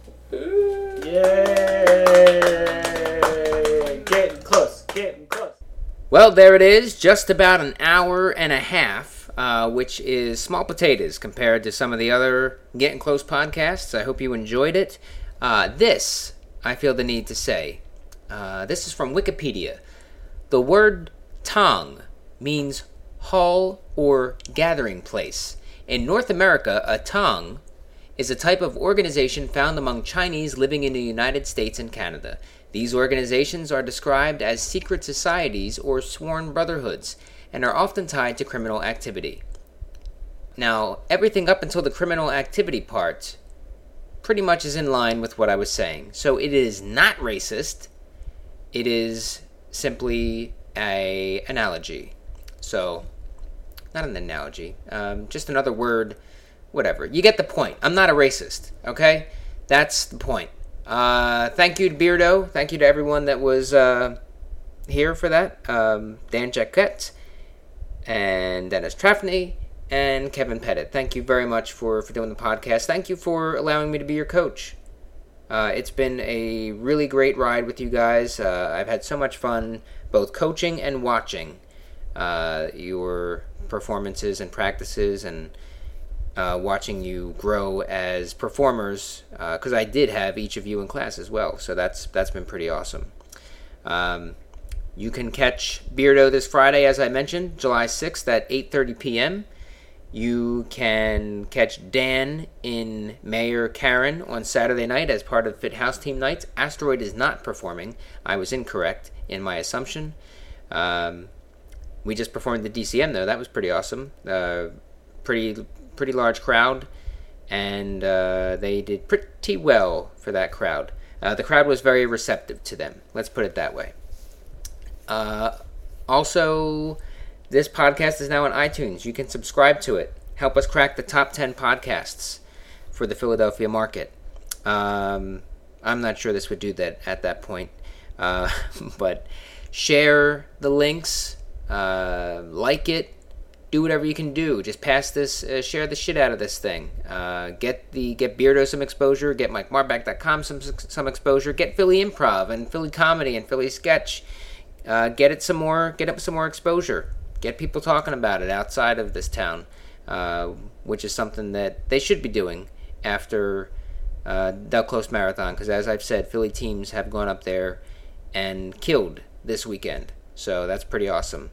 Yay! Getting close. Getting close. Well, there it is, just about an hour and a half, uh, which is small potatoes compared to some of the other Getting Close podcasts. I hope you enjoyed it. Uh, this, I feel the need to say, uh, this is from Wikipedia. The word tong means hall or gathering place. In North America, a tong is a type of organization found among Chinese living in the United States and Canada. These organizations are described as secret societies or sworn brotherhoods and are often tied to criminal activity. Now, everything up until the criminal activity part pretty much is in line with what I was saying. So it is not racist. It is simply a analogy. So not an analogy, um, just another word, whatever. You get the point. I'm not a racist, okay? That's the point. Uh, thank you to Beardo. Thank you to everyone that was uh, here for that. Um, Dan Jaquette and Dennis Trafney and Kevin Pettit. Thank you very much for, for doing the podcast. Thank you for allowing me to be your coach. Uh, it's been a really great ride with you guys. Uh, I've had so much fun both coaching and watching uh, your performances and practices and uh, watching you grow as performers because I did have each of you in class as well. So that's that's been pretty awesome. Um, you can catch Beardo this Friday, as I mentioned, July 6th at 8:30 p.m. You can catch Dan in Mayor Karen on Saturday night as part of Fit House Team Nights. Asteroid is not performing. I was incorrect in my assumption. Um, we just performed the DCM though. That was pretty awesome. Uh, pretty pretty large crowd, and uh, they did pretty well for that crowd. Uh, the crowd was very receptive to them. Let's put it that way. Uh, also, this podcast is now on iTunes. You can subscribe to it. Help us crack the top 10 podcasts for the Philadelphia market. Um, I'm not sure this would do that at that point. Uh, but share the links, uh, like it, do whatever you can do. Just pass this, uh, share the shit out of this thing. Uh, get the get Beardo some exposure. Get MikeMarback.com some some exposure. Get Philly Improv and Philly Comedy and Philly Sketch. Uh, get it some more. Get up some more exposure. Get people talking about it outside of this town, uh, which is something that they should be doing after uh, Del Close Marathon. Because as I've said, Philly teams have gone up there and killed this weekend. So that's pretty awesome.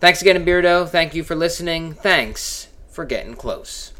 Thanks again, Beardo. Thank you for listening. Thanks for getting close.